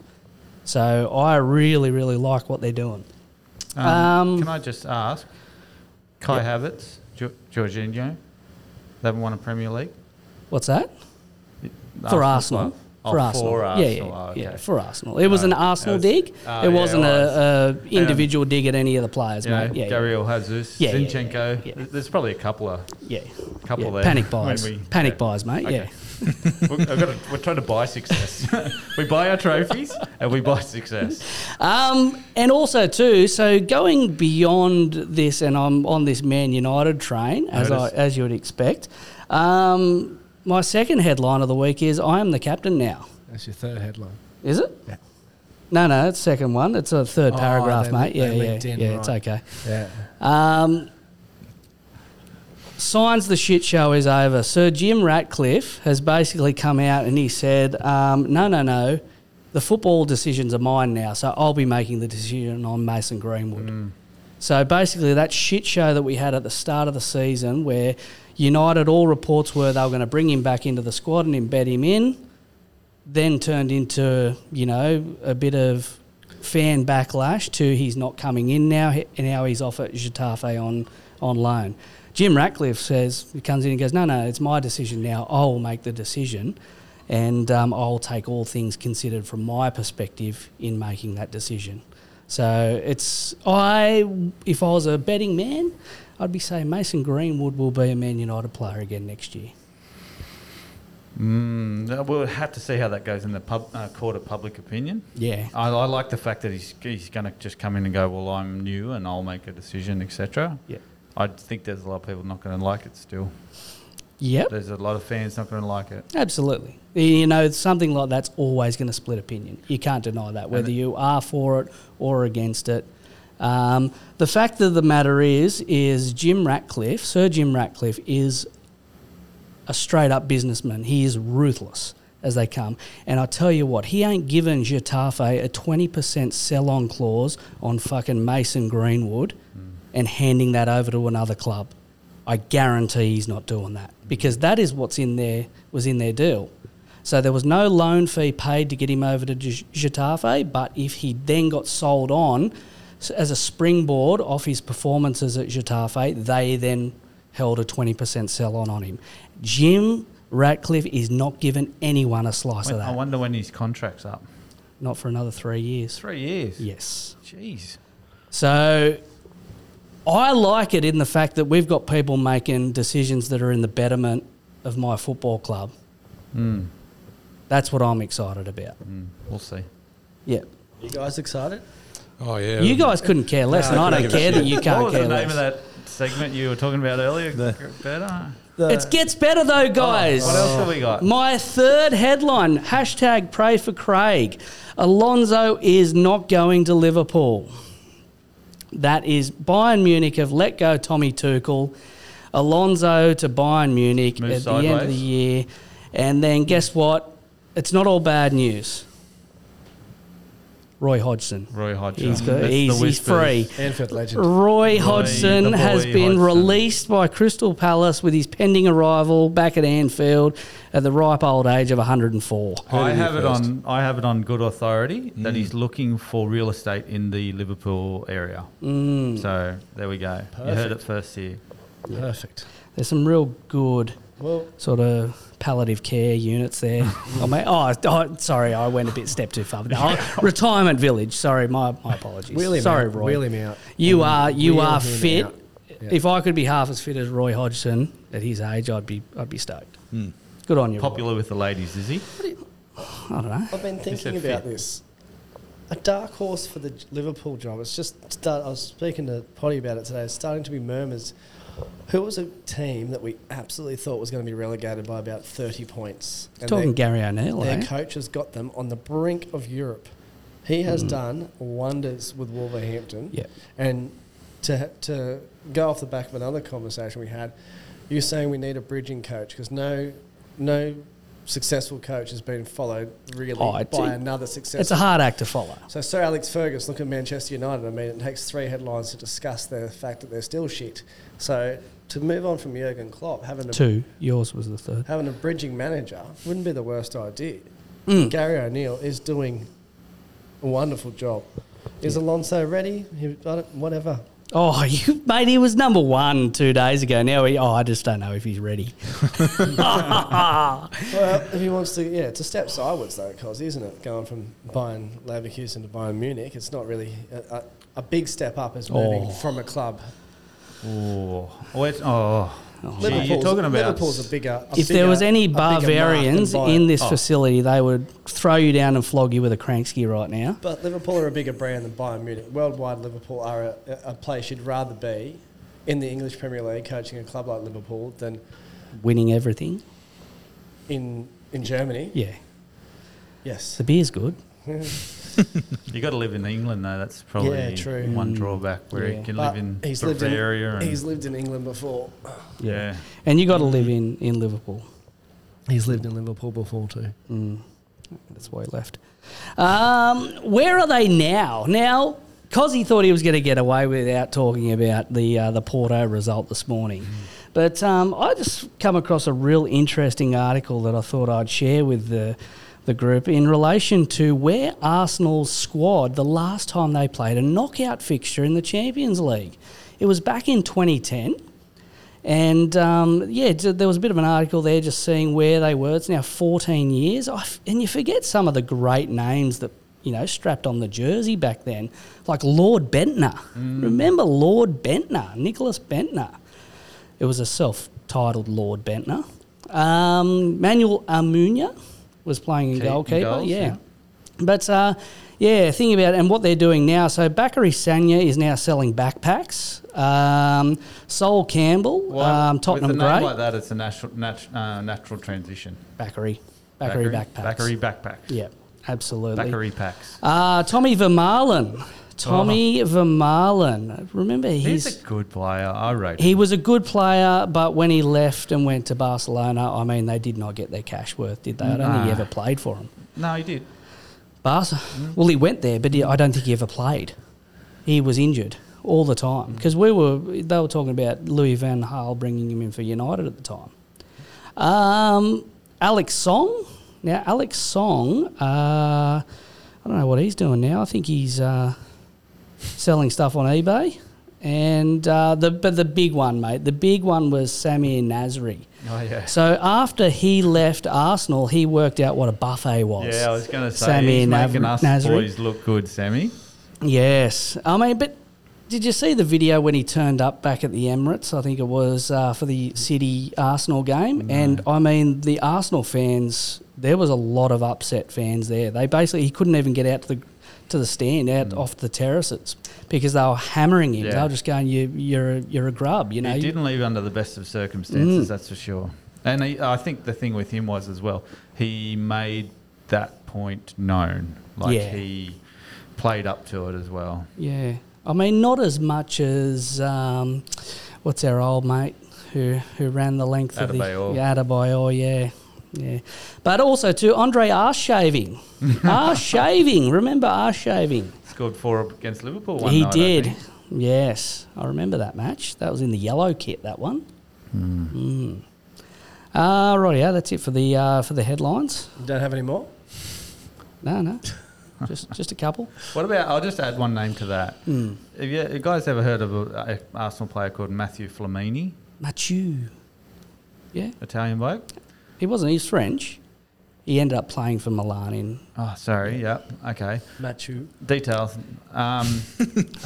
Speaker 2: So I really, really like what they're doing.
Speaker 4: Um,
Speaker 2: Um,
Speaker 4: can I just ask? Kai Havertz, Gi- Jorginho, they haven't won a Premier League
Speaker 2: What's that?
Speaker 4: The
Speaker 2: for Arsenal.
Speaker 4: club? Oh,
Speaker 2: For Arsenal. Yeah, yeah,
Speaker 4: Oh,
Speaker 2: yeah,
Speaker 4: okay.
Speaker 2: for Arsenal. It was an
Speaker 4: Right.
Speaker 2: Arsenal
Speaker 4: It was-
Speaker 2: dig.
Speaker 4: oh,
Speaker 2: it
Speaker 4: yeah,
Speaker 2: wasn't
Speaker 4: it was. Um,
Speaker 2: a, a individual dig at any of the players,
Speaker 4: You know,
Speaker 2: mate. Yeah, yeah,
Speaker 4: Gabriel Jesus,
Speaker 2: Yeah, yeah, yeah,
Speaker 4: Zinchenko.
Speaker 2: yeah.
Speaker 4: Th- There's probably a couple of.
Speaker 2: yeah.
Speaker 4: Couple
Speaker 2: yeah.
Speaker 4: there.
Speaker 2: Panic
Speaker 4: When
Speaker 2: buys.
Speaker 4: we-
Speaker 2: Panic
Speaker 4: yeah.
Speaker 2: buys, mate.
Speaker 4: Okay.
Speaker 2: Yeah.
Speaker 4: we're, I've got to- we're trying to buy success. we buy our trophies and we buy success.
Speaker 2: Um, and also too, so going beyond this, and I'm on this Man United train as I,
Speaker 4: Notice.
Speaker 2: as you would expect. Um, my second headline of the week is I am the captain now.
Speaker 5: That's your third headline.
Speaker 2: Is it? Yeah. No, no, it's second one. It's a third
Speaker 5: Oh,
Speaker 2: paragraph,
Speaker 5: they-
Speaker 2: mate.
Speaker 5: they
Speaker 2: Yeah, yeah,
Speaker 5: linked in,
Speaker 2: yeah. It's
Speaker 5: right.
Speaker 2: okay.
Speaker 5: Yeah.
Speaker 2: Um, signs the shit show is over. Sir Jim Ratcliffe has basically come out and he said, um, no, no, no, the football decisions are mine now, so I'll be making the decision on Mason Greenwood.
Speaker 5: Mm.
Speaker 2: So basically, that shit show that we had at the start of the season, where United, all reports were they were going to bring him back into the squad and embed him in, then turned into you know a bit of fan backlash to he's not coming in now he- and now he's off at Getafe on on loan. Jim Ratcliffe says he comes in and goes, no, no, it's my decision now. I will make the decision, and um, I'll take all things considered from my perspective in making that decision. So it's I if I was a betting man, I'd be saying Mason Greenwood will be a Man United player again next year.
Speaker 4: Mm, We'll have to see how that goes in the pub, uh, court of public opinion.
Speaker 2: Yeah,
Speaker 4: I, I like the fact that he's, he's going to just come in and go, well, I'm new and I'll make a decision, etc.
Speaker 2: yeah.
Speaker 4: I think there's a lot of people not going to like it still.
Speaker 2: Yep.
Speaker 4: There's a lot of fans not going to like it.
Speaker 2: Absolutely. You know, something like that's always going to split opinion. You can't deny that, whether you are for it or against it. Um, the fact of the matter is, is Jim Ratcliffe, Sir Jim Ratcliffe, is a straight up businessman. He is ruthless as they come. And I tell you what, he ain't given Getafe a 20% sell on clause on fucking Mason Greenwood and handing that over to another club. I guarantee he's not doing that because that is what's in there, was in their deal. So there was no loan fee paid to get him over to G- Getafe, but if he then got sold on s- as a springboard off his performances at Getafe, they then held a 20% sell on on him. Jim Ratcliffe is not giving anyone a slice of
Speaker 4: I
Speaker 2: that.
Speaker 4: wonder when his contract's up.
Speaker 2: Not for another three years.
Speaker 4: Three years.
Speaker 2: Yes.
Speaker 4: Jeez.
Speaker 2: So I like it in the fact that we've got people making decisions that are in the betterment of my football club. That's what I'm excited about.
Speaker 4: We'll see.
Speaker 2: Yeah.
Speaker 5: You guys excited?
Speaker 3: Oh yeah,
Speaker 2: You guys couldn't care less, and I don't care that you
Speaker 4: what
Speaker 2: can't
Speaker 4: was
Speaker 2: care
Speaker 4: the name of
Speaker 2: less.
Speaker 4: that segment you were talking about earlier? Better.
Speaker 5: The-
Speaker 2: It gets better though, guys.
Speaker 4: Oh, What else have we got?
Speaker 2: My third headline hashtag pray for Craig. Alonso is not going to Liverpool. That is Bayern Munich have let go Tommy Tuchel. Alonso to Bayern Munich
Speaker 4: Move
Speaker 2: at the end of the
Speaker 4: sideways.
Speaker 2: year. And then guess what? It's not all bad news. Roy Hodgson.
Speaker 4: Roy Hodgson.
Speaker 2: He's, go-
Speaker 4: That's the
Speaker 2: he's, he's
Speaker 4: whispers.
Speaker 2: free.
Speaker 5: Anfield legend.
Speaker 2: Roy Hodgson
Speaker 4: the
Speaker 2: has
Speaker 4: boy
Speaker 2: been
Speaker 4: Hodgson.
Speaker 2: released by Crystal Palace with his pending arrival back at Anfield at the ripe old age of 104.
Speaker 4: I
Speaker 3: did you
Speaker 4: have it
Speaker 3: first?
Speaker 4: on. I have it on good authority that he's looking for real estate in the Liverpool area. So there we go. You heard it first here.
Speaker 5: Perfect.
Speaker 2: There's some real good
Speaker 5: Well,
Speaker 2: sort of palliative care units there. oh, mate, oh, oh, sorry, I went a bit step too far. No, I- retirement village. Sorry, my, my apologies.
Speaker 5: wheel him
Speaker 2: sorry,
Speaker 5: out.
Speaker 2: Roy.
Speaker 5: Wheel him out.
Speaker 2: You are you
Speaker 5: wheel
Speaker 2: are
Speaker 5: him
Speaker 2: fit.
Speaker 5: out. Yeah.
Speaker 2: If I could be half as fit as Roy Hodgson at his age, I'd be I'd be stoked.
Speaker 5: Hmm.
Speaker 2: Good on you. Roy.
Speaker 4: Popular with the ladies, is he?
Speaker 2: I don't know.
Speaker 5: I've been thinking
Speaker 4: said
Speaker 5: about
Speaker 4: fit.
Speaker 5: this. A dark horse for the J- Liverpool job. It's just start, I was speaking to Potty about it today. It's starting to be murmurs. Who was a team that we absolutely thought was going to be relegated by about thirty points? And
Speaker 2: Talking
Speaker 5: their,
Speaker 2: Gary O'Neill.
Speaker 5: their
Speaker 2: eh?
Speaker 5: coach has got them on the brink of Europe. He has done wonders with Wolverhampton.
Speaker 2: Mm. Yeah.
Speaker 5: And to to go off the back of another conversation we had, you're saying we need a bridging coach because no no successful coach has been followed really
Speaker 2: Oh, it's-
Speaker 5: by another successful.
Speaker 2: It's a hard act to follow.
Speaker 5: so Sir Alex Fergus, look at Manchester United. I mean, it takes three headlines to discuss the fact that they're still shit. So to move on from Jurgen Klopp, having a
Speaker 2: Two. Yours was the third.
Speaker 5: having a bridging manager wouldn't be the worst idea.
Speaker 2: Mm.
Speaker 5: Gary O'Neill is doing a wonderful job. Is Alonso ready? He, I don't- whatever.
Speaker 2: Oh, you, mate, he was number one two days ago. Now he, oh, I just don't know if he's ready.
Speaker 5: Well, if he wants to, yeah, it's a step sideways though, cause isn't it? Going from Bayern Leverkusen to Bayern Munich, it's not really a, a, a big step up. Is moving
Speaker 2: Oh.
Speaker 5: from a club.
Speaker 4: Oh, wait, oh. Gee, you're
Speaker 5: Liverpool's-
Speaker 4: talking about
Speaker 5: Liverpool's a bigger. A
Speaker 2: if there was
Speaker 5: bigger-
Speaker 2: any
Speaker 5: a bigger mark than
Speaker 2: Bavarians
Speaker 5: Bayern.
Speaker 2: in this
Speaker 4: Oh.
Speaker 2: facility, they would throw you down and flog you with a cranksky right now.
Speaker 5: But Liverpool are a bigger brand than Bayern Munich. Worldwide, Liverpool are a, a place you'd rather be in the English Premier League coaching a club like Liverpool than
Speaker 2: Winning everything.
Speaker 5: in, in Germany.
Speaker 2: Yeah.
Speaker 5: Yes.
Speaker 2: The beer's good.
Speaker 4: You got to live in England though. That's probably
Speaker 5: Yeah, true.
Speaker 4: one drawback where
Speaker 2: Yeah.
Speaker 4: you can
Speaker 5: But
Speaker 4: live in
Speaker 5: he's lived
Speaker 4: Bavaria.
Speaker 5: in,
Speaker 4: and,
Speaker 5: he's lived in England before.
Speaker 4: yeah.
Speaker 2: And you got to live in, in Liverpool.
Speaker 5: He's lived in Liverpool before too.
Speaker 2: That's why he left. Um, where are they now? Now, Cozzy thought he was going to get away without talking about the uh, the Porto result this morning, but um, I just come across a real interesting article that I thought I'd share with the the group in relation to where Arsenal's squad the last time they played a knockout fixture in the Champions League. It was back in 2010. And um, yeah, j- there was a bit of an article there just seeing where they were. It's now 14 years. I f- and you forget some of the great names that, you know, strapped on the jersey back then, like Lord Bentner.
Speaker 4: Mm.
Speaker 2: Remember Lord Bentner, Nicholas Bentner? It was a self titled Lord Bentner. Um, Manuel Almunia was playing in
Speaker 4: Keep- in
Speaker 2: goalkeeper.
Speaker 4: goals,
Speaker 2: yeah.
Speaker 4: yeah.
Speaker 2: But uh, yeah, think about it and what they're doing now. So Bakary Sanya is now selling backpacks. Um, Sol Campbell,
Speaker 4: Well,
Speaker 2: um, Tottenham
Speaker 4: with a name
Speaker 2: great,
Speaker 4: like that, it's a natural nat- uh, natural transition.
Speaker 2: Bakary, Bakary backpacks.
Speaker 4: Bakary backpacks.
Speaker 2: Yeah, absolutely.
Speaker 4: Bakary packs.
Speaker 2: Uh, Tommy Vermaelen. Tommy Vermaelen. Remember,
Speaker 4: Uh-huh. He's,
Speaker 2: he's,
Speaker 4: a good player. I rate.
Speaker 2: he
Speaker 4: him.
Speaker 2: was a good player, but when he left and went to Barcelona, I mean, they did not get their cash worth, did they? I don't think he
Speaker 4: Nah.
Speaker 2: ever played for them.
Speaker 4: No, he did.
Speaker 2: Barca. Well, he went there, but he, I don't think he ever played. He was injured all the time
Speaker 4: Mm.
Speaker 2: because we were they were talking about Louis Van Gaal bringing him in for United at the time. Um, Alex Song. Now, Alex Song. Uh, I don't know what he's doing now. I think he's uh, selling stuff on eBay. And uh, the but the big one, mate. The big one was Samir Nasri.
Speaker 4: Oh yeah.
Speaker 2: So after he left Arsenal, he worked out what a buffet was.
Speaker 4: Yeah, I was going to say
Speaker 2: Sammy
Speaker 4: he's
Speaker 2: Nav-
Speaker 4: making us
Speaker 2: Nasri.
Speaker 4: boys look good, Sammy.
Speaker 2: Yes, I mean, but did you see the video when he turned up back at the Emirates? I think it was uh, for the City Arsenal game, and I mean the Arsenal fans. There was a lot of upset fans there. They basically he couldn't even get out to the to the stand out off the terraces because they were hammering him. They
Speaker 4: Mm. Yeah.
Speaker 2: were just going, "You you're a, you're a grub," you Mm. know.
Speaker 4: he didn't leave under the best of circumstances, that's for sure. And he, I think the thing with him was as well, he made that point known. Like
Speaker 2: Yeah.
Speaker 4: he played up to it as well.
Speaker 2: Yeah, I mean, not as much as um, what's our old mate who who ran the length of the
Speaker 4: Adebayor.
Speaker 2: yeah, Adebayor, yeah. Yeah, but also to Andre Arse shaving, Arse shaving. Remember Arse shaving?
Speaker 4: Scored four against Liverpool. One
Speaker 2: he
Speaker 4: night, I
Speaker 2: did.
Speaker 4: think.
Speaker 2: yes, I remember that match. That was in the yellow kit. That one.
Speaker 4: Hmm.
Speaker 2: Mm. Uh, right, yeah, that's it for the uh, for the headlines.
Speaker 5: You don't have any more?
Speaker 2: No, no, just just a couple.
Speaker 4: What about? I'll just add one name to that.
Speaker 2: Mm.
Speaker 4: Have you, you guys ever heard of an Arsenal player called Matthew Flamini,
Speaker 2: Machu. Yeah.
Speaker 4: Italian bloke?
Speaker 2: He wasn't. He was French. He ended up playing for Milan in.
Speaker 4: Oh, sorry. Yeah. Okay.
Speaker 5: Machu.
Speaker 4: Details. Um,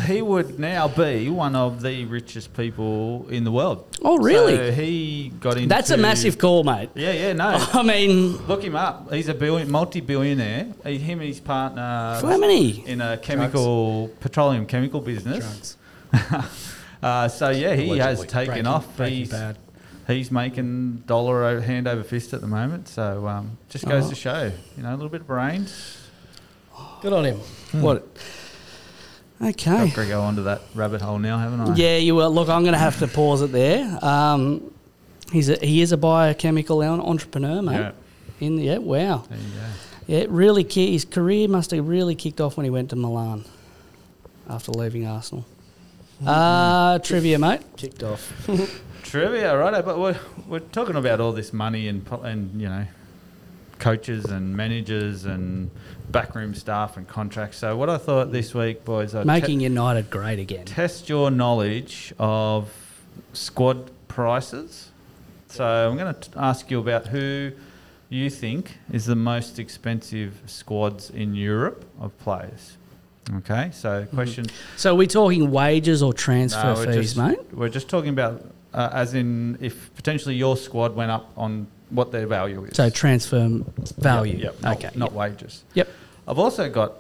Speaker 4: he would now be one of the richest people in the world.
Speaker 2: Oh,
Speaker 4: So
Speaker 2: really?
Speaker 4: he got into.
Speaker 2: That's a massive call, mate.
Speaker 4: Yeah, yeah, no.
Speaker 2: I mean,
Speaker 4: Look him up. He's a billion, multi-billionaire. He, him and his partner
Speaker 2: how many?
Speaker 4: in a chemical petroleum chemical business.
Speaker 5: Drugs.
Speaker 4: Uh, so yeah, he has
Speaker 5: Allegedly.
Speaker 4: taken
Speaker 5: Breaking-
Speaker 4: off.
Speaker 5: Breaking
Speaker 4: he's
Speaker 5: Bad.
Speaker 4: he's making dollar o- hand over fist at the moment. So um, just goes
Speaker 2: Oh.
Speaker 4: to show, you know, a little bit of brains.
Speaker 5: Good on him.
Speaker 4: Hmm.
Speaker 2: What? Okay.
Speaker 4: I've got to go onto that rabbit hole now, haven't I?
Speaker 2: Yeah, you will. Look, I'm going to have to pause it there. Um, he's a, he is a biochemical en- entrepreneur, mate.
Speaker 4: Yeah.
Speaker 2: In the, yeah, wow.
Speaker 4: There you go.
Speaker 2: Yeah, it really. Ki- his career must have really kicked off when he went to Milan after leaving Arsenal.
Speaker 4: Hmm.
Speaker 2: Uh, trivia, mate.
Speaker 5: Kicked off.
Speaker 4: Trivia, right? But we're, we're talking about all this money and po- and you know, coaches and managers and backroom staff and contracts. So what I thought this week, boys, I'd
Speaker 2: Making
Speaker 4: te-
Speaker 2: United great again.
Speaker 4: test your knowledge of squad prices. So I'm going to ask you about who you think is the most expensive squads in Europe of players. Okay, so question.
Speaker 2: So are we talking wages or transfer
Speaker 4: No, we're
Speaker 2: fees,
Speaker 4: just-
Speaker 2: mate?
Speaker 4: We're just talking about, uh, as in, if potentially your squad went up on what their value is.
Speaker 2: So transfer m- value.
Speaker 4: Yep, yep, not,
Speaker 2: okay.
Speaker 4: Not wages.
Speaker 2: Yep.
Speaker 4: I've also got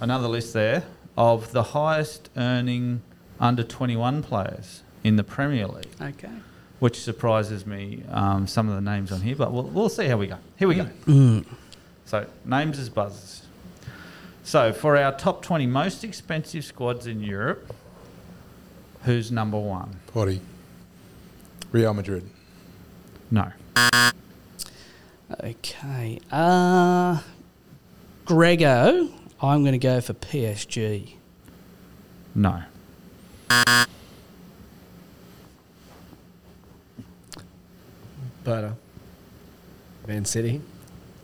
Speaker 4: another list there of the highest earning under 21 players in the Premier League,
Speaker 2: Okay.
Speaker 4: which surprises me, um, some of the names on here, but we'll, we'll see how we go. Here we go.
Speaker 2: Mm.
Speaker 4: So, names as buzzers. So, for our top 20 most expensive squads in Europe, who's number one?
Speaker 3: Potty. Real Madrid.
Speaker 4: No.
Speaker 2: Okay. Uh, Grego, I'm going to go for PSG.
Speaker 4: No.
Speaker 5: Butter. Man City.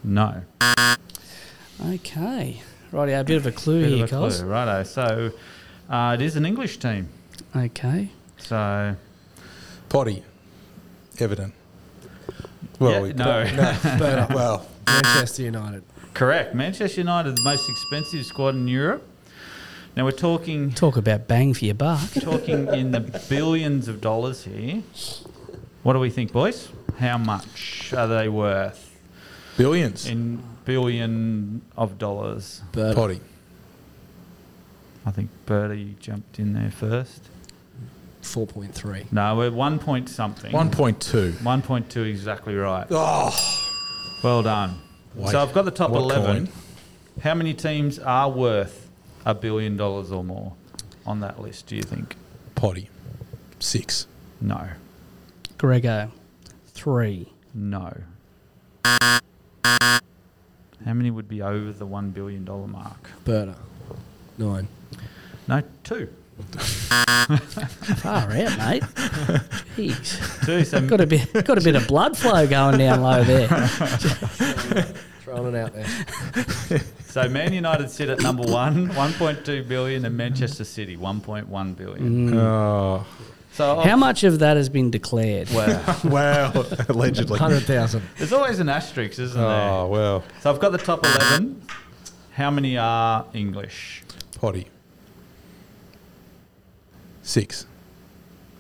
Speaker 4: No.
Speaker 2: Okay. Righty, a bit of a clue
Speaker 4: Bit
Speaker 2: here,
Speaker 4: of a
Speaker 2: Cos.
Speaker 4: clue, righto. So uh, it is an English team.
Speaker 2: Okay.
Speaker 4: So
Speaker 3: Potty. Everton. Well,
Speaker 4: Yeah,
Speaker 3: we-
Speaker 4: no.
Speaker 3: no. well,
Speaker 5: Manchester United.
Speaker 4: correct. Manchester United, the most expensive squad in Europe. Now we're talking
Speaker 2: Talk about bang for your buck.
Speaker 4: talking in the billions of dollars here. What do we think, boys? How much are they worth
Speaker 3: billions.
Speaker 4: in billion of dollars.
Speaker 7: But
Speaker 3: Potty.
Speaker 4: I think Birdie jumped in there first.
Speaker 7: 4.3.
Speaker 4: No, we're one point something.
Speaker 3: 1.2.
Speaker 4: 1.2 exactly right.
Speaker 3: Oh,
Speaker 4: Well done.
Speaker 3: Wait,
Speaker 4: so I've got the top
Speaker 3: what
Speaker 4: 11.
Speaker 3: coin?
Speaker 4: How many teams are worth a billion dollars or more on that list, do you think?
Speaker 3: potty. Six.
Speaker 4: No.
Speaker 2: Grego, three.
Speaker 4: No. How many would be over the $1 billion mark?
Speaker 7: Burner. Nine.
Speaker 4: No, two.
Speaker 2: Far out, mate. Jeez.
Speaker 4: Two. So
Speaker 2: Got a bit, got a bit of blood flow going down low there.
Speaker 5: Throwing it out there.
Speaker 4: So Man United sit at number one, 1.2 billion, and Manchester City 1.1 billion.
Speaker 3: Oh.
Speaker 4: So
Speaker 2: How much of that has been declared?
Speaker 4: wow.
Speaker 3: Wow. Allegedly.
Speaker 7: 100,000.
Speaker 4: There's always an asterisk, isn't
Speaker 3: Oh, well.
Speaker 4: there? So I've got the top 11. How many are English?
Speaker 3: Potty. Six.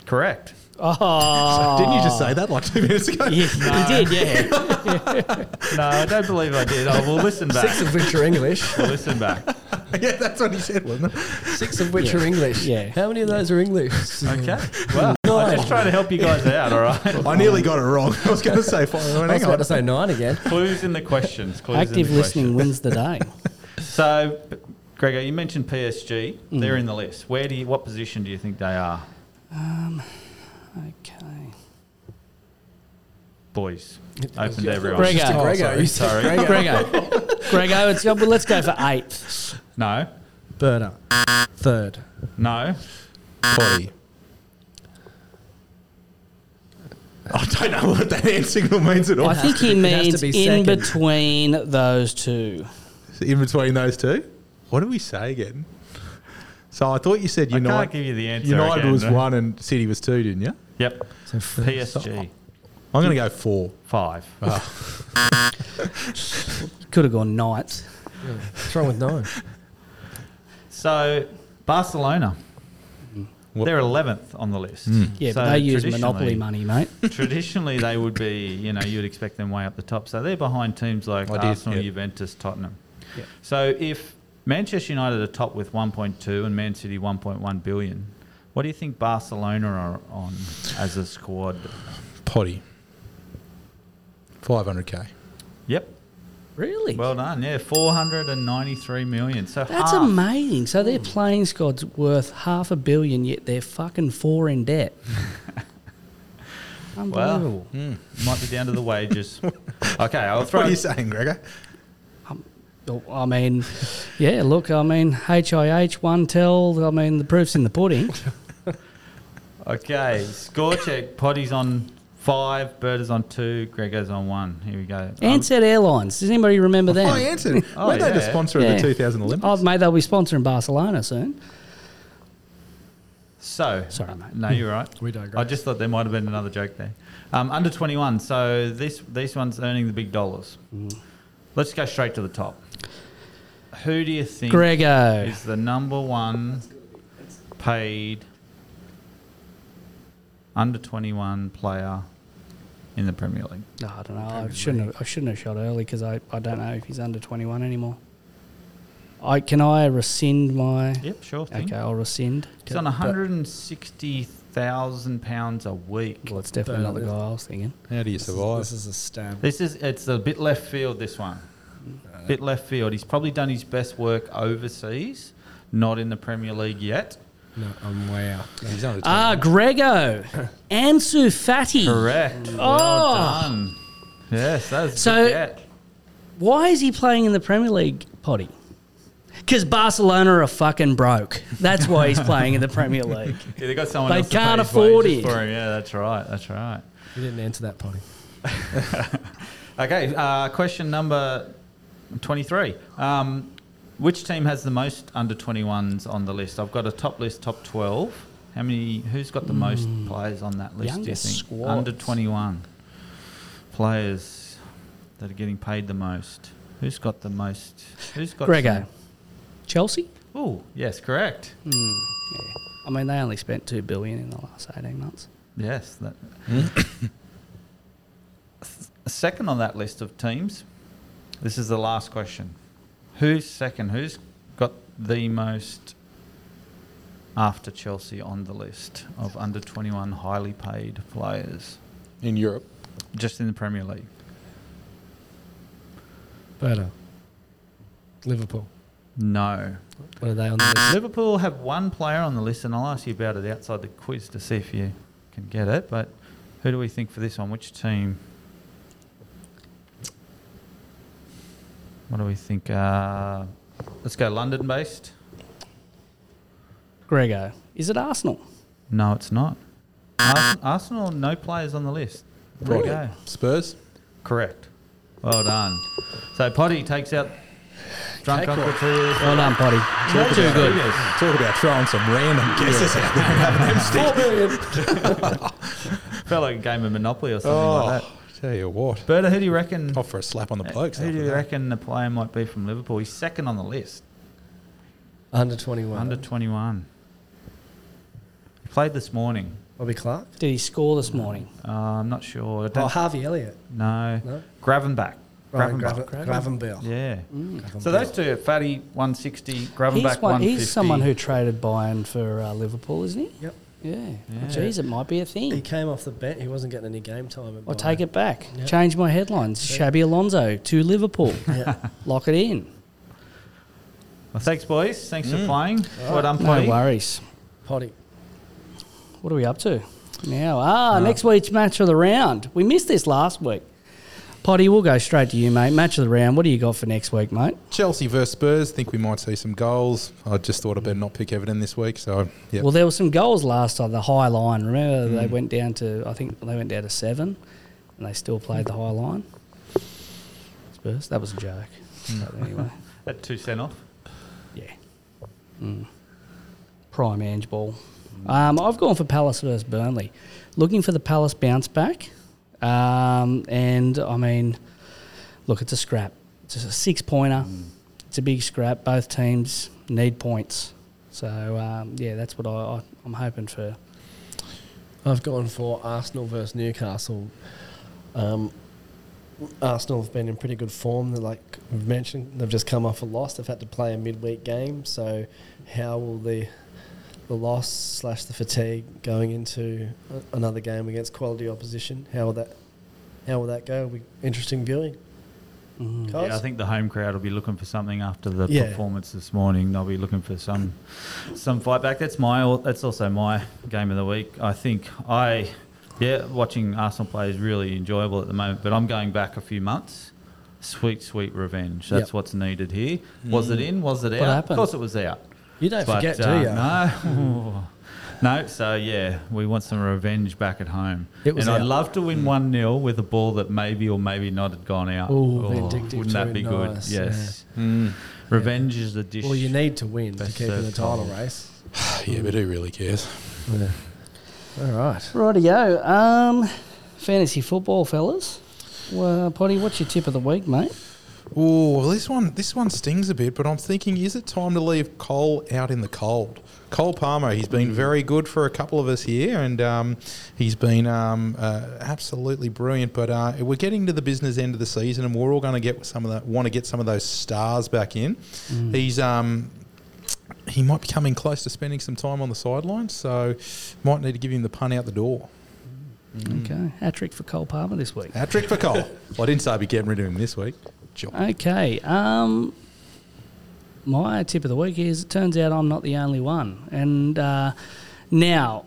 Speaker 4: Correct.
Speaker 2: Oh,
Speaker 3: Didn't you just say that like two minutes ago?
Speaker 2: Yeah, you did, yeah.
Speaker 4: No, I don't believe I did. I will listen
Speaker 7: Six
Speaker 4: back.
Speaker 7: of which are English.
Speaker 4: We'll listen back.
Speaker 3: yeah, that's what he said, wasn't it?
Speaker 7: Six of which
Speaker 2: Yeah.
Speaker 7: are English.
Speaker 2: Yeah.
Speaker 7: How many of those are English?
Speaker 4: Okay. Well, I'm just trying to help you guys out, all right?
Speaker 3: I nearly got it wrong. I was going to say five.
Speaker 7: I was
Speaker 3: Hang
Speaker 7: about
Speaker 3: on.
Speaker 7: to say nine again.
Speaker 4: Clues in the questions. Clues
Speaker 2: Active
Speaker 4: in the
Speaker 2: listening
Speaker 4: questions.
Speaker 2: wins the day.
Speaker 4: So, B- Gregor, you mentioned PSG.
Speaker 2: Mm.
Speaker 4: They're in the list. Where do you, what position do you think they are,
Speaker 2: Okay.
Speaker 4: boys? Open to everyone.
Speaker 2: Gregor.
Speaker 7: Mr. Grego,
Speaker 4: Oh, sorry,
Speaker 7: you said
Speaker 4: sorry.
Speaker 7: Grego.
Speaker 2: Grego. Grego, it's, well, let's go for eighth.
Speaker 4: No,
Speaker 7: Burner. Third.
Speaker 4: no.
Speaker 3: Potty. I don't know what that hand signal means at all.
Speaker 2: I think he
Speaker 7: It has to
Speaker 2: means
Speaker 7: be
Speaker 2: in
Speaker 7: second.
Speaker 2: between those two.
Speaker 3: In between those two? What did we say again? So I thought you said
Speaker 4: I
Speaker 3: United,
Speaker 4: can't give you the answer.
Speaker 3: United
Speaker 4: again.
Speaker 3: was one and City was two, didn't you?
Speaker 4: Yep. PSG
Speaker 3: I'm going to go four.
Speaker 4: five.
Speaker 2: Could have gone ninth.
Speaker 7: What's wrong with nine?
Speaker 4: So Barcelona,
Speaker 3: What- Hmm.
Speaker 4: they're eleventh on the list.
Speaker 2: Yeah,
Speaker 4: So
Speaker 2: but they use monopoly
Speaker 4: traditionally-
Speaker 2: money, mate.
Speaker 4: traditionally, they would be. You know, you'd expect them way up the top. So they're behind teams like
Speaker 3: I did,
Speaker 4: Arsenal,
Speaker 3: yeah.
Speaker 4: Juventus, Tottenham. So if Manchester United are top with 1.2 and Man City 1.1 billion, what do you think Barcelona are on as a squad?
Speaker 3: Potty. 500k.
Speaker 4: Yep.
Speaker 2: Really?
Speaker 4: Well done. Yeah, 493 million. So
Speaker 2: That's
Speaker 4: half.
Speaker 2: amazing. So their playing squad's worth half a billion, yet they're fucking four in debt. Unbelievable.
Speaker 4: Wow. Might be down to the wages. okay, I'll throw.
Speaker 3: Hmm. What are you saying, Gregor?
Speaker 2: Well, I mean, yeah, look, I mean, HIH, One Tel, I mean, the proof's in the pudding.
Speaker 4: Okay, score check. Potty's on five, Bird is on two, Gregor's on one. Here we go. Um,
Speaker 2: Ansett Airlines, does anybody remember
Speaker 3: Oh,
Speaker 2: them?
Speaker 3: Anton.
Speaker 4: Oh,
Speaker 3: Weren't they the
Speaker 4: yeah.
Speaker 3: sponsor of
Speaker 2: Yeah.
Speaker 3: the 2000 Olympics?
Speaker 2: Oh, mate, they'll be sponsoring Barcelona soon.
Speaker 4: so,
Speaker 2: Sorry, mate.
Speaker 4: No, you're right.
Speaker 7: We digress.
Speaker 4: I just thought there might have been another joke there. Um, under 21, so this these one's earning the big dollars. Let's go straight to the top. Who do you think
Speaker 2: Grego.
Speaker 4: is the number one paid under 21 player in the Premier League?
Speaker 2: No, I don't know. I shouldn't have, I shouldn't have shot early because I, I don't know if he's under 21 anymore. I Can I rescind my.
Speaker 4: Yep, sure. Thing.
Speaker 2: Okay, I'll rescind.
Speaker 4: He's on 160,000 pounds a week.
Speaker 2: Well, it's definitely not the guy I was thinking.
Speaker 3: How do you survive?
Speaker 7: This is a stab.
Speaker 4: This is it's a bit left field. This one, bit left field. He's probably done his best work overseas, not in the Premier League yet.
Speaker 7: No, I'm way out.
Speaker 3: He's under 20.
Speaker 2: Ah, Grego. Ansu Fati.
Speaker 4: Correct. Well
Speaker 2: Oh.
Speaker 4: done. Yes, that's
Speaker 2: So-
Speaker 4: good get.
Speaker 2: Why is he playing in the Premier League, Potty? Because Barcelona are fucking broke. That's why he's playing in the Premier League.
Speaker 4: Yeah, they got someone.
Speaker 2: They
Speaker 4: else to pay
Speaker 2: can't
Speaker 4: his
Speaker 2: afford
Speaker 4: wages
Speaker 2: it.
Speaker 4: For him. Yeah, that's right. That's right.
Speaker 7: You didn't answer that, Potty.
Speaker 4: Okay. Uh, question number twenty-three. Um, which team has the most under twenty-ones on the list? I've got a top list, top twelve. How many? Who's got the most players on that list? do you
Speaker 2: Hmm, Youngest
Speaker 4: think
Speaker 2: squads.
Speaker 4: under twenty-one players that are getting paid the most? Who's got the most? Who's got?
Speaker 2: Grego. Chelsea?
Speaker 4: Oh, yes, correct.
Speaker 2: I mean, they only spent two billion in the last eighteen months.
Speaker 4: Yes. That. Second on that list of teams This is the last question. Who's second? Who's got the most after Chelsea on the list of under 21 highly paid players
Speaker 3: in Europe.
Speaker 4: just in the Premier League?
Speaker 7: Burner. Liverpool.
Speaker 4: No.
Speaker 7: What are they on the list?
Speaker 4: Liverpool have one player on the list, and I'll ask you about it outside the quiz to see if you can get it. But who do we think for this one? Which team? What do we think? Uh, let's go London based.
Speaker 2: Grego, is it Arsenal?
Speaker 4: No, it's not. Ars- Arsenal, no players on the list. There you
Speaker 3: Right.
Speaker 4: go.
Speaker 3: Spurs.
Speaker 4: Correct. Well done. So Potty takes out drunk
Speaker 5: Cakewalk.
Speaker 4: uncle for you.
Speaker 2: Well done, Potty.
Speaker 4: Not too good.
Speaker 3: Talk about throwing some random guesses out there. and having them stick.
Speaker 5: Four billion.
Speaker 4: Fellow game of Monopoly or something like that.
Speaker 3: Oh, tell you what.
Speaker 4: Berta, who do you reckon?
Speaker 3: Off for a slap on the blokes.
Speaker 4: Who
Speaker 3: after
Speaker 4: do you
Speaker 3: that.
Speaker 4: reckon the player might be from Liverpool? He's second on the list,
Speaker 5: Under 21.
Speaker 4: under 21. He played this morning.
Speaker 5: Bobby Clark.
Speaker 2: Did he score this morning?
Speaker 4: Uh, I'm not sure. I don't
Speaker 5: Oh, Harvey Elliott.
Speaker 4: no.
Speaker 5: No? Oh,
Speaker 4: Gravenbach.
Speaker 5: Ryan
Speaker 4: Gravenbach.
Speaker 5: Graven- Gravenbell.
Speaker 4: Yeah.
Speaker 5: Mm.
Speaker 4: So those two, Fatty 160, Gravenbach
Speaker 2: He's, one,
Speaker 4: 150.
Speaker 2: he's someone who traded Bayern for uh, Liverpool, isn't he?
Speaker 5: Yep.
Speaker 2: Yeah.
Speaker 4: Yeah.
Speaker 2: Jeez, it might be a thing.
Speaker 5: He came off the bench. He wasn't getting any game time. at
Speaker 2: I'll
Speaker 5: Bayern.
Speaker 2: take it back.
Speaker 5: Yeah.
Speaker 2: Change my headlines. Shabby Alonso to Liverpool.
Speaker 5: Yeah.
Speaker 2: Lock it in.
Speaker 4: Well, thanks, boys. Thanks for playing. Well done,
Speaker 2: No
Speaker 4: playing.
Speaker 2: worries.
Speaker 5: Potty.
Speaker 2: What are we up to now? Ah, next week's match of the round. We missed this last week. Potty, we'll go straight to you, mate. Match of the round. What do you got for next week, mate?
Speaker 3: Chelsea versus Spurs. Think we might see some goals. I just thought I better not pick Everton this week. So yeah,
Speaker 2: Well, there were some goals last time. The high line. Remember, they went down to I think they went down to seven, and they still played the high line. Spurs. That was a joke. But anyway,
Speaker 4: At two cent off.
Speaker 2: yeah. Mm. Prime Ange ball. Um, I've gone for Palace versus Burnley. Looking for the Palace bounce back, um, and I mean, look, it's a scrap. It's a six pointer. It's a big scrap. Both teams need points. So um, yeah, that's what I, I, I'm hoping for.
Speaker 5: I've gone for Arsenal versus Newcastle. Um, Arsenal have been in pretty good form. They're like we've mentioned, they've just come off a loss. They've had to play a midweek game. So, how will the the loss slash the fatigue going into a, another game against quality opposition? How will that how will that go? Will be interesting viewing. Guys?
Speaker 4: Yeah, I think the home crowd will be looking for something after the
Speaker 5: Yeah.
Speaker 4: performance this morning. They'll be looking for some some fight back. That's my that's also my game of the week. I think I yeah, watching Arsenal play is really enjoyable at the moment, but I'm going back a few months. Sweet, sweet revenge. That's
Speaker 5: Yep. Mm.
Speaker 4: what's needed here. Was it in? Was it out?
Speaker 2: happened?
Speaker 4: Of course it was out.
Speaker 5: You don't forget, do
Speaker 4: uh,
Speaker 5: you?
Speaker 4: No. No, so yeah, we want some revenge back at home.
Speaker 5: It was
Speaker 4: and I'd
Speaker 5: out. Mm.
Speaker 4: love to win 1 0 with a ball that maybe or maybe not had gone out.
Speaker 5: Ooh,
Speaker 4: Oh,
Speaker 5: vindictive
Speaker 4: Wouldn't that
Speaker 5: too,
Speaker 4: be good?
Speaker 5: nice,
Speaker 4: Yes. Mm. Revenge is the dish.
Speaker 5: Well, you need to win to
Speaker 4: Best
Speaker 5: keep in the
Speaker 4: served
Speaker 5: title
Speaker 4: goal.
Speaker 5: race.
Speaker 3: yeah, but who really cares?
Speaker 5: All right.
Speaker 2: Rightio. Um, fantasy football, fellas. Well, Potty, what's your tip of the week, mate?
Speaker 3: Oh, well, this one this one stings a bit, but I'm thinking, is it time to leave Cole out in the cold? Cole Palmer, he's been very good for a couple of us here, and um, he's been um, uh, absolutely brilliant. But uh, we're getting to the business end of the season, and we're all going to get some of that. Want to get some of those stars back in. He's um, he might be coming close to spending some time on the sidelines, so might need to give him the pun out the door.
Speaker 2: Okay, hat trick for Cole Palmer this week.
Speaker 3: Hat trick for Cole. well, I didn't say I'd be getting rid of him this week. Sure.
Speaker 2: Okay. Um, my tip of the week is it turns out I'm not the only one. And uh, now,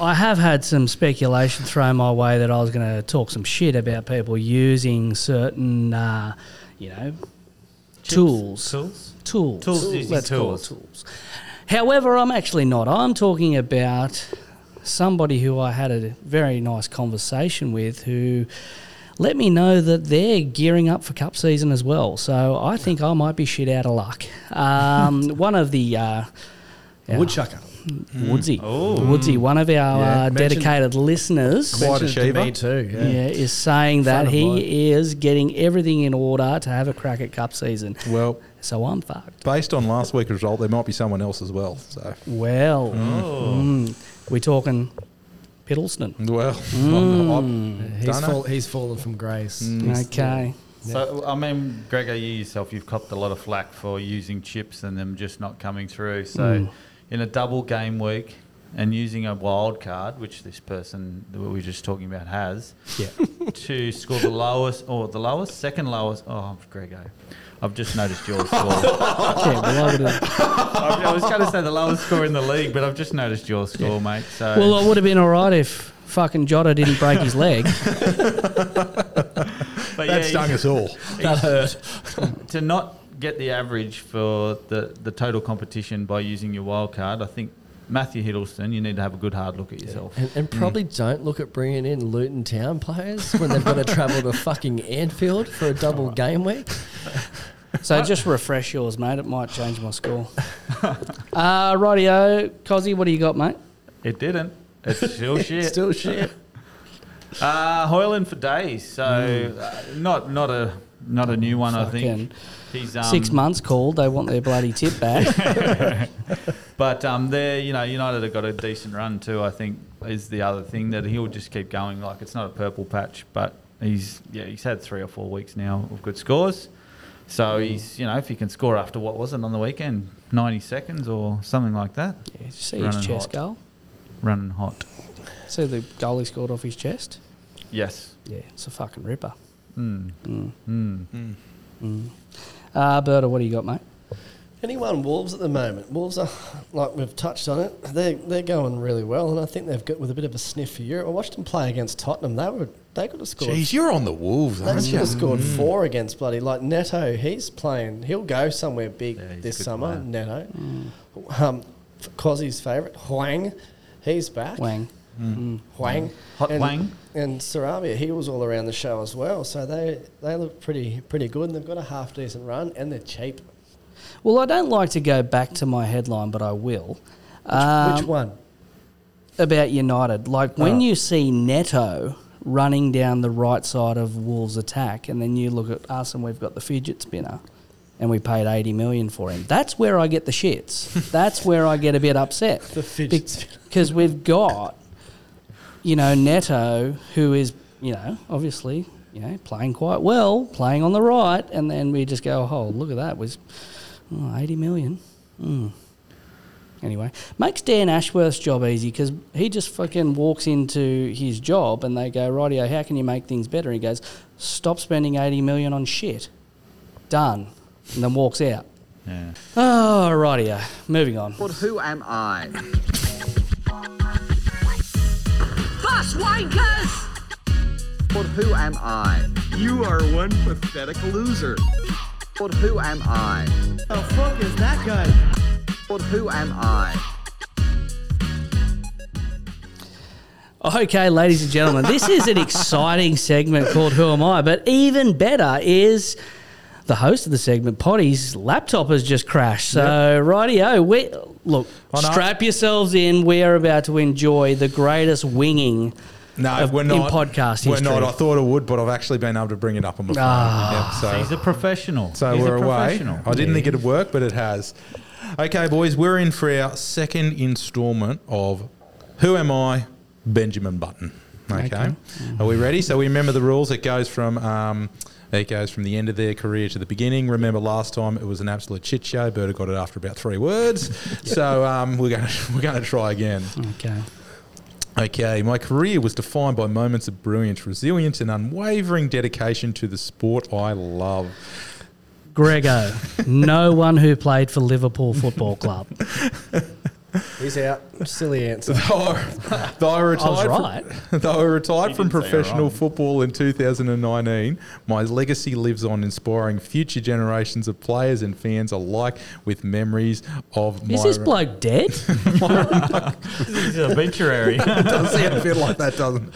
Speaker 2: I have had some speculation thrown my way that I was going to talk some shit about people using certain, uh, you know, tools.
Speaker 4: Tools?
Speaker 2: Tools.
Speaker 4: Tools using
Speaker 2: Let's call it
Speaker 4: tools.
Speaker 2: tools. However, I'm actually not. I'm talking about somebody who I had a very nice conversation with who let me know that they're gearing up for cup season as well. So I think I might be shit out of luck. Um, one of the. Uh, our-
Speaker 5: Woodchucker.
Speaker 2: Woodsy.
Speaker 4: Oh.
Speaker 2: Woodsy, one of our
Speaker 5: Yeah,
Speaker 2: uh,
Speaker 5: mentioned-
Speaker 2: dedicated listeners
Speaker 3: Quite
Speaker 5: Mentioned it to
Speaker 3: achiever.
Speaker 5: Me too.
Speaker 2: yeah. is saying that
Speaker 5: of mine.
Speaker 2: he is getting everything in order to have a crack at cup season.
Speaker 3: Well,
Speaker 2: So I'm fucked.
Speaker 3: Based on last week's result, there might be someone else as well. So,
Speaker 2: Well,
Speaker 4: Oh.
Speaker 2: mm, we're talking Piddleston. Hmm.
Speaker 3: well, I'm- I'm-
Speaker 7: He's,
Speaker 3: Dunno.
Speaker 4: Mm.
Speaker 7: fall, he's fallen from grace.
Speaker 2: Okay.
Speaker 4: So I mean, Gregor, you yourself, you've copped a lot of flack for using chips and them just not coming through. So
Speaker 3: Hmm.
Speaker 4: in a double game week and using a wild card, which this person that we were just talking about has,
Speaker 2: Yeah.
Speaker 4: to score the lowest or the lowest, second lowest. Oh, Grego, I've just noticed your score.
Speaker 2: yeah, well, I would've-
Speaker 4: I I was going to say the lowest score in the league, but I've just noticed your score, mate. So
Speaker 2: well, I would have been all right if fucking Jota didn't break his leg.
Speaker 4: but
Speaker 3: That
Speaker 4: yeah,
Speaker 3: stung
Speaker 4: he's-
Speaker 3: us all.
Speaker 4: that hurt. to not get the average for the, the total competition by using your wild card, I think Matthew Hiddleston, you need to have a good hard look at yourself.
Speaker 8: And, and probably don't look at bringing in Luton Town players when they've got to travel to fucking Anfield for a double game week.
Speaker 2: So just refresh yours, mate. It might change my score. uh, rightio, Cozzy, what do you got, mate?
Speaker 4: It didn't. It's still shit.
Speaker 8: Still shit.
Speaker 4: uh, Hoyland for days. So uh, not not a not a new one. I think
Speaker 2: Fucking
Speaker 4: he's um,
Speaker 2: Six months called. They want their bloody tip back.
Speaker 4: But um, they're you know United have got a decent run too. I think is the other thing that he'll just keep going. Like it's not a purple patch, but he's yeah he's had three or four weeks now of good scores. So he's you know if he can score after what was it on the weekend, ninety seconds or something like that,
Speaker 2: yeah, did you see
Speaker 4: Running
Speaker 2: his chest
Speaker 4: hot.
Speaker 2: goal?
Speaker 4: running hot.
Speaker 2: See the goal he scored off his chest?
Speaker 4: Yes.
Speaker 2: Yeah, it's a fucking ripper.
Speaker 4: Mm.
Speaker 2: Uh, Berta, what do you got, mate?
Speaker 5: Anyone Wolves at the moment? Wolves are like we've touched on it. They they're going really well, and I think they've got with a bit of a sniff for Europe. I watched them play against Tottenham. They were they could have scored.
Speaker 3: Jeez, you're on the Wolves,
Speaker 5: They
Speaker 3: aren't
Speaker 5: should
Speaker 3: you?
Speaker 4: Mm.
Speaker 5: have scored four against bloody like Neto. He's playing. He'll go somewhere big
Speaker 4: Yeah, he's a
Speaker 5: this
Speaker 4: good
Speaker 5: summer.
Speaker 4: player. Mm.
Speaker 5: Neto, um, Cozzy's favourite Huang, he's back.
Speaker 2: Wang.
Speaker 5: Mm. Huang,
Speaker 4: Hot
Speaker 5: and,
Speaker 4: Wang.
Speaker 5: and Sarabia. He was all around the show as well. So they they look pretty pretty good, and they've got a half decent run, and they're cheap.
Speaker 2: Well, I don't like to go back to my headline, but I will. Um,
Speaker 5: Which one?
Speaker 2: about United. Like
Speaker 5: Oh.
Speaker 2: when you see Neto running down the right side of Wolves' attack, and then you look at us and we've got the fidget spinner, and we paid eighty million for him. That's where I get the shits. That's where I get a bit upset.
Speaker 5: The fidget spinner.
Speaker 2: because we've got you know Neto, who is you know obviously you know playing quite well, playing on the right, and then we just go, oh look at that was oh, eighty million. Mm. Anyway, makes Dan Ashworth's job easy because he just fucking walks into his job and they go, rightio, how can you make things better? He goes, stop spending 80 million on shit. Done. And then walks out.
Speaker 4: Yeah.
Speaker 2: Oh, rightio. Moving on.
Speaker 9: But who am I?
Speaker 10: Bus wankers!
Speaker 9: But who am I?
Speaker 1: You are one pathetic loser.
Speaker 9: But who am I?
Speaker 5: The fuck is that guy?
Speaker 9: But who am I?
Speaker 2: Oh, Okay, ladies and gentlemen, this is an exciting segment called Who Am I? But even better is the host of the segment, Potty's laptop has just crashed. So, rightio, we, look,
Speaker 3: no.
Speaker 2: strap yourselves in. We are about to enjoy the greatest winging.
Speaker 3: No,
Speaker 2: of-
Speaker 3: we're
Speaker 2: in
Speaker 3: not.
Speaker 2: podcast
Speaker 3: We're
Speaker 2: history. Ah,
Speaker 3: not. I thought I would, but I've actually been able to bring it up on my phone. Yep, so
Speaker 4: He's a professional.
Speaker 3: So
Speaker 4: He's
Speaker 3: we're
Speaker 4: a
Speaker 3: away.
Speaker 4: professional.
Speaker 3: I didn't think it'd work, but it has. Okay, boys, we're in for our second instalment of Who Am I? Benjamin Button. Okay. Are we ready? So we remember the rules. It goes from. Um, it goes from the end of their career to the beginning. Remember last time it was an absolute shit show. Berta got it after about three words. so um, we're going to we're going to try again.
Speaker 2: Okay.
Speaker 3: Okay, my career was defined by moments of brilliance, resilience, and unwavering dedication to the sport I love.
Speaker 2: Grego, no one who played for Liverpool Football Club.
Speaker 5: He's out. Silly answer.
Speaker 3: Though I, though I retired,
Speaker 2: Oh, right.
Speaker 3: from, though I retired from
Speaker 4: didn't say you're
Speaker 3: professional
Speaker 4: wrong.
Speaker 3: football in 2019, my legacy lives on, inspiring future generations of players and fans alike with memories of my.
Speaker 2: Is this bloke dead?
Speaker 4: He's an obituary.
Speaker 3: does sound a bit like that, doesn't it?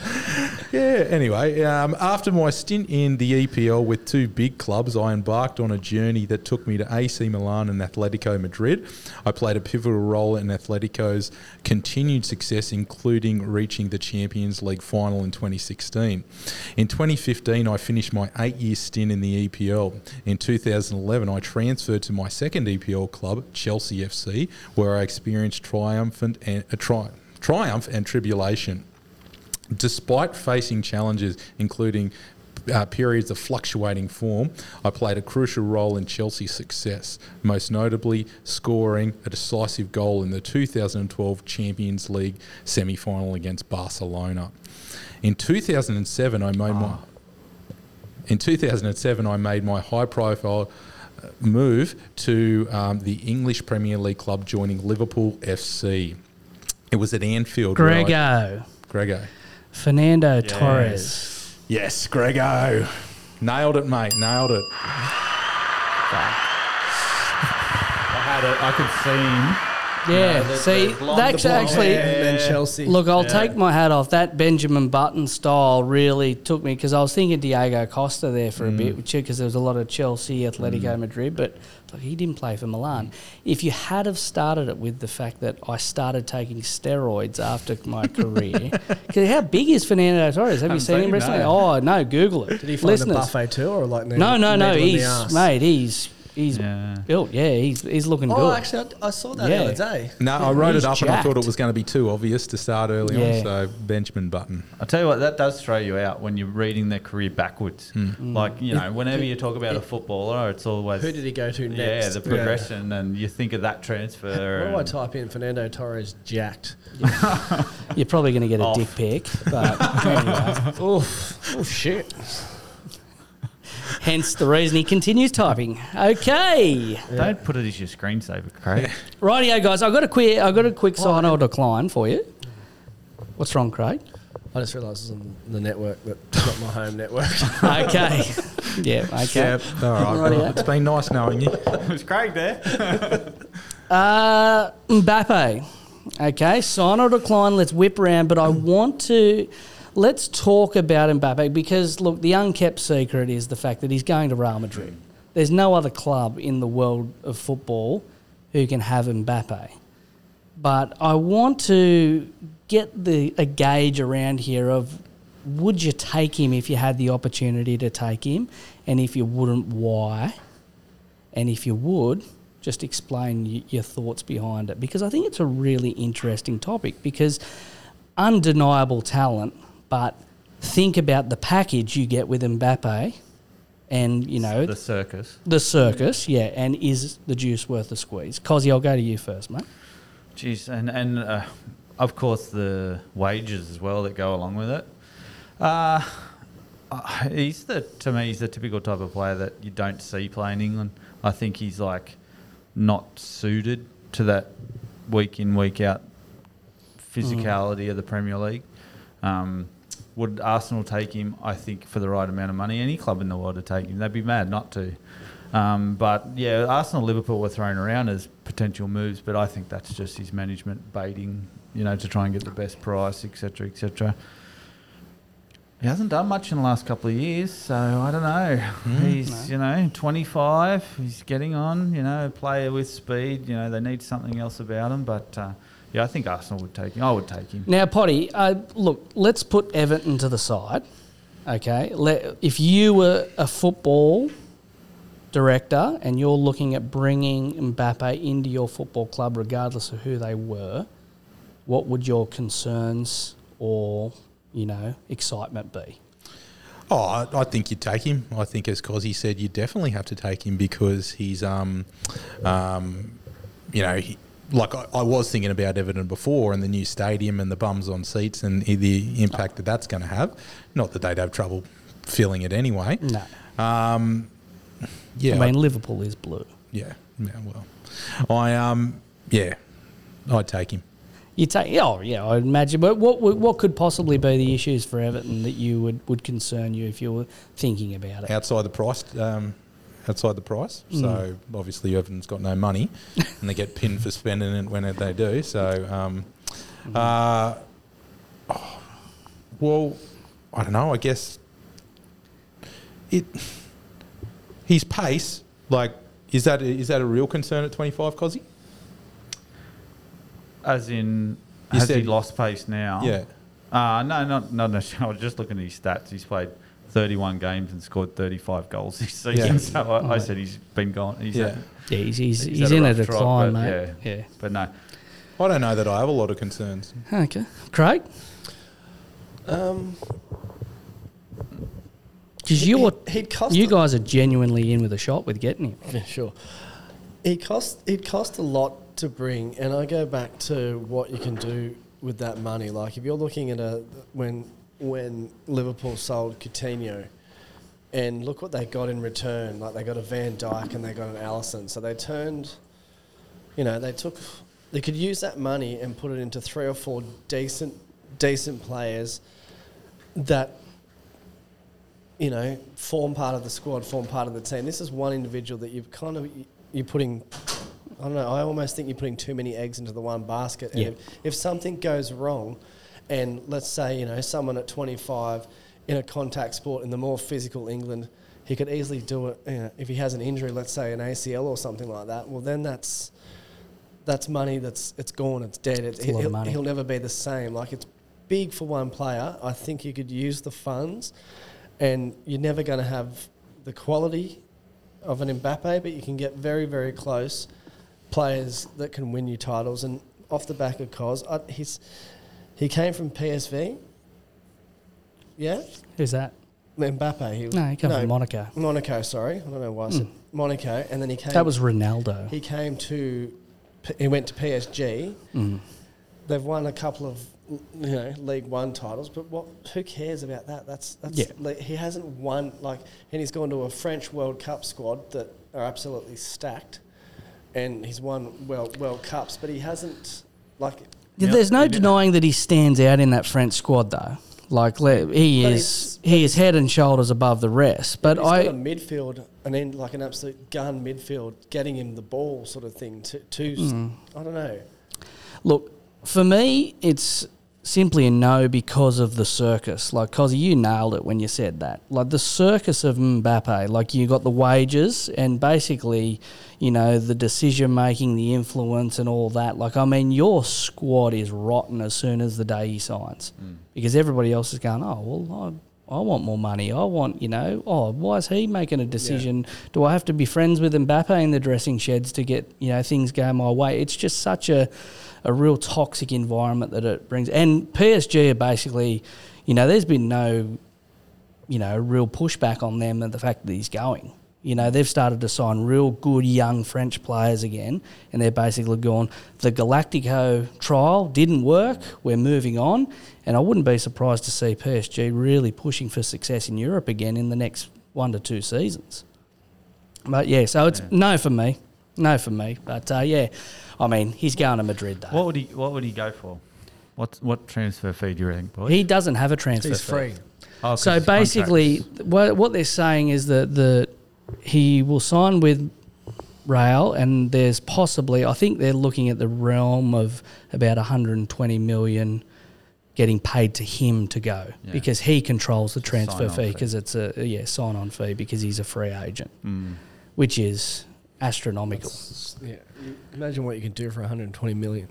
Speaker 3: Yeah, anyway, um, after my stint in the EPL with two big clubs, I embarked on a journey that took me to AC Milan and Atletico Madrid. I played a pivotal role in Atletico's continued success, including reaching the Champions League final in 2016. In 2015, I finished my eight year stint in the EPL. In 2011, I transferred to my second EPL club, Chelsea FC, where I experienced triumphant and, a tri- triumph and tribulation despite facing challenges including uh, periods of fluctuating form, I played a crucial role in Chelsea's success, most notably scoring a decisive goal in the 2012 Champions League semi final against Barcelona. In 2007, I made my. In 2007, I made my high profile move to um, the English Premier League club, joining Liverpool FC. It was at Anfield. where I-
Speaker 2: Grego.
Speaker 3: Grego.
Speaker 2: Fernando Torres.
Speaker 3: Yes, Grego. Nailed it, mate. Nailed it.
Speaker 4: I had it. I could see him.
Speaker 2: Yeah,
Speaker 4: the-
Speaker 2: see,
Speaker 4: the blonde-
Speaker 2: that's
Speaker 4: the blonde
Speaker 2: actually.
Speaker 4: hair.
Speaker 5: And then Chelsea.
Speaker 2: Look, I'll
Speaker 4: Yeah.
Speaker 2: take my hat off. That Benjamin Button style really took me because I was thinking Diego Costa there for a
Speaker 5: Mm.
Speaker 2: bit, which because there was a lot of Chelsea, Atletico Madrid, but look, he didn't play for Milan. If you had have started it with the fact that I started taking steroids after my career, because how big is Fernando Torres? Have you
Speaker 4: Haven't
Speaker 2: seen him
Speaker 4: seen him,
Speaker 2: recently?
Speaker 4: no.
Speaker 2: Oh no, Google it.
Speaker 5: Did he find a buffet too, or like
Speaker 2: No, no, no.
Speaker 5: needle in the
Speaker 2: He's
Speaker 5: arse?
Speaker 2: mate. He's he's
Speaker 4: Yeah.
Speaker 2: built. Yeah, he's he's looking
Speaker 5: Oh,
Speaker 2: good.
Speaker 5: actually, I, I saw that
Speaker 2: Yeah.
Speaker 5: the other day.
Speaker 3: No, I wrote
Speaker 2: he's
Speaker 3: it up and I thought
Speaker 2: jacked.
Speaker 3: it was going to be too obvious to start early
Speaker 2: Yeah.
Speaker 3: on. So Benjamin Button.
Speaker 4: I'll tell you what, that does throw you out when you're reading their career backwards. Like, you know, whenever you talk about a footballer, it's always.
Speaker 5: Who did he go to next?
Speaker 4: Yeah, the progression, and you think of that transfer.
Speaker 5: What
Speaker 4: and
Speaker 5: do I type in? Fernando Torres jacked.
Speaker 2: You're probably going to get a
Speaker 4: Off.
Speaker 5: Oh.
Speaker 2: dick pic, but anyway.
Speaker 5: Oof. Oh shit.
Speaker 2: hence the reason he continues typing. Okay,
Speaker 4: Don't put it as your screensaver, Craig.
Speaker 2: rightio, guys. I've got a quick, I've got a quick sign or decline for you. What's wrong, Craig?
Speaker 5: I just realised it's on the network that's not my home network.
Speaker 2: Okay, yeah, okay.
Speaker 3: All right. well,
Speaker 2: Rightio.
Speaker 3: it's been nice knowing you.
Speaker 4: Was Craig there?
Speaker 2: Uh, Mbappe. Okay, sign or decline. Let's whip around, but I want to. Let's talk about Mbappe because look, the unkept secret is the fact that he's going to Real Madrid. There's no other club in the world of football who can have Mbappe. But I want to get the a gauge around here of would you take him if you had the opportunity to take him, and if you wouldn't, why? And if you would, just explain y- your thoughts behind it because I think it's a really interesting topic because undeniable talent, but think about the package you get with Mbappe and, you know,
Speaker 4: The
Speaker 2: the,
Speaker 4: circus.
Speaker 2: circus, yeah, and is the juice worth the squeeze? Cozzy, I'll go to you first, mate.
Speaker 4: Jeez, and and uh, of course the wages as well that go along with it. Uh, uh, he's the to me he's the typical type of player that you don't see playing England. I think he's like not suited to that week in week out physicality of the Premier League. Um, would Arsenal take him? I think for the right amount of money, any club in the world would take him. They'd be mad not to. Um, but yeah, Arsenal, Liverpool were thrown around as potential moves, but I think that's just his management baiting, you know, to try and get the best price, etc., etc. He hasn't done much in the last couple of years, so I don't know. he's you know 25. He's getting on. You know, player with speed. You know, they need something else about him. But uh, yeah, I think Arsenal would take him. I would take him.
Speaker 2: Now, Potty, uh, look, let's put Everton to the side. Okay, Let, if you were a football director and you're looking at bringing Mbappe into your football club, regardless of who they were, what would your concerns or you know excitement be?
Speaker 3: Oh, I, I think you'd take him. I think, as Cosy said, you definitely have to take him because he's, um, um, you know, he, like I, I was thinking about Everton before and the new stadium and the bums on seats and i- the impact that that's going to have. Not that they'd have trouble filling it anyway.
Speaker 2: No,
Speaker 3: Um, yeah,
Speaker 2: I
Speaker 3: I-
Speaker 2: mean Liverpool is blue.
Speaker 3: yeah, yeah. Well, I um, yeah, I'd take him.
Speaker 2: You take oh yeah, I imagine. But what would- what could possibly be the issues for Everton that you would would concern you if you were thinking about it?
Speaker 3: outside the price. Um, outside the price. So obviously Everton's got no money, and they get pinned for spending it when they do. So, um, uh, oh, well, I don't know. I guess it. His pace, like, is that is that a real concern at twenty five, Cosy?
Speaker 4: As in,
Speaker 3: You
Speaker 4: has he
Speaker 3: said-
Speaker 4: lost pace now?
Speaker 3: Yeah.
Speaker 4: Uh, no, not not necessarily. I was just looking at his stats. He's played 31 games and scored 35 goals this season.
Speaker 3: Yeah.
Speaker 4: So I, I said he's been gone. He's
Speaker 3: Yeah.
Speaker 4: had-
Speaker 2: Yeah, he's, he's,
Speaker 4: he's
Speaker 2: he's,
Speaker 4: had
Speaker 2: in a
Speaker 4: rough trot,
Speaker 2: decline,
Speaker 4: but
Speaker 2: mate. Yeah.
Speaker 4: But no,
Speaker 3: I don't know that I have a lot of concerns.
Speaker 2: Okay. Craig?
Speaker 5: Um,
Speaker 2: Because you're,
Speaker 5: he'd cost
Speaker 2: you
Speaker 5: a-
Speaker 2: guys are genuinely in with a shot with getting him.
Speaker 5: Yeah, sure. It cost it cost a lot to bring, and I go back to what you can do with that money. Like if you're looking at a when when Liverpool sold Coutinho, and look what they got in return. Like they got a Van Dyke and they got an Allison. So they turned, you know, they took they could use that money and put it into three or four decent decent players that you know, form part of the squad, form part of the team. This is one individual that you've kind of you're putting. I don't know. I almost think you're putting too many eggs into the one basket. And
Speaker 2: Yeah.
Speaker 5: if, if something goes wrong, and let's say you know someone at 25 in a contact sport in the more physical England, he could easily do it. You know, if he has an injury, let's say an ACL or something like that, well then that's that's money that's it's gone, it's dead.
Speaker 2: a
Speaker 5: It,
Speaker 2: lot of
Speaker 5: he'll,
Speaker 2: money.
Speaker 5: he'll never be the same. Like it's big for one player. I think you could use the funds, and you're never going to have the quality of an Mbappe, but you can get very very close players that can win you titles. And off the back of Cos, I, he's he came from PSV. Yeah,
Speaker 2: Who's that?
Speaker 5: Mbappe. He,
Speaker 2: No, he came from Monaco. Hmm.
Speaker 5: Monaco, sorry, I don't know why I said Monaco, and then he came.
Speaker 2: That was Ronaldo.
Speaker 5: He came to, P- he went to PSG.
Speaker 2: Mm.
Speaker 5: They've won a couple of you know League One titles, but what? Who cares about that? That's that's
Speaker 2: Yeah.
Speaker 5: like, he hasn't won like, and he's gone to a French World Cup squad that are absolutely stacked, and he's won well World Cups, but he hasn't like.
Speaker 2: Yeah, There's no denying that he stands out in that French squad, though. Like le- he
Speaker 5: But
Speaker 2: is, he is head and shoulders above the rest. But
Speaker 5: he's
Speaker 2: I,
Speaker 5: got a midfield, an end like an absolute gun midfield, getting him the ball sort of thing. To, to
Speaker 2: Mm-hmm.
Speaker 5: I don't know.
Speaker 2: Look, for me, it's simply a no because of the circus. Like, cause you nailed it when you said that. Like the circus of Mbappe. Like you got the wages and basically, you know, the decision making, the influence, and all that. Like, I mean, your squad is rotten as soon as the day he signs, because everybody else is going, oh well, I. I want more money. I want, you know, oh, why is he making a decision? Do I have to be friends with Mbappe in the dressing sheds to get, you know, things going my way? It's just such a, a real toxic environment that it brings. And PSG are basically, you know, there's been no, you know, real pushback on them and the fact that he's going. You know, they've started to sign real good young French players again, and they're basically gone. The Galactico trial didn't work. We're moving on, and I wouldn't be surprised to see PSG really pushing for success in Europe again in the next one to two seasons. But yeah, so it's no for me, no for me. But uh, yeah, I mean, he's going to Madrid though.
Speaker 4: What would he What would he go for? What What transfer fee do you think, boy?
Speaker 2: He doesn't have a transfer.
Speaker 7: He's
Speaker 2: fee.
Speaker 7: free.
Speaker 4: Oh, 'cause
Speaker 2: So
Speaker 4: his contract-
Speaker 2: basically, what, what they're saying is that the he will sign with Rail, and there's possibly I think they're looking at the realm of about 120 million getting paid to him to go
Speaker 4: Yeah.
Speaker 2: because he controls the transfer
Speaker 4: Sign-on
Speaker 2: fee
Speaker 4: fee.
Speaker 2: because it's a yeah sign on fee because he's a free agent,
Speaker 4: Mm.
Speaker 2: which is astronomical.
Speaker 5: Yeah, imagine what you can do for 120 million.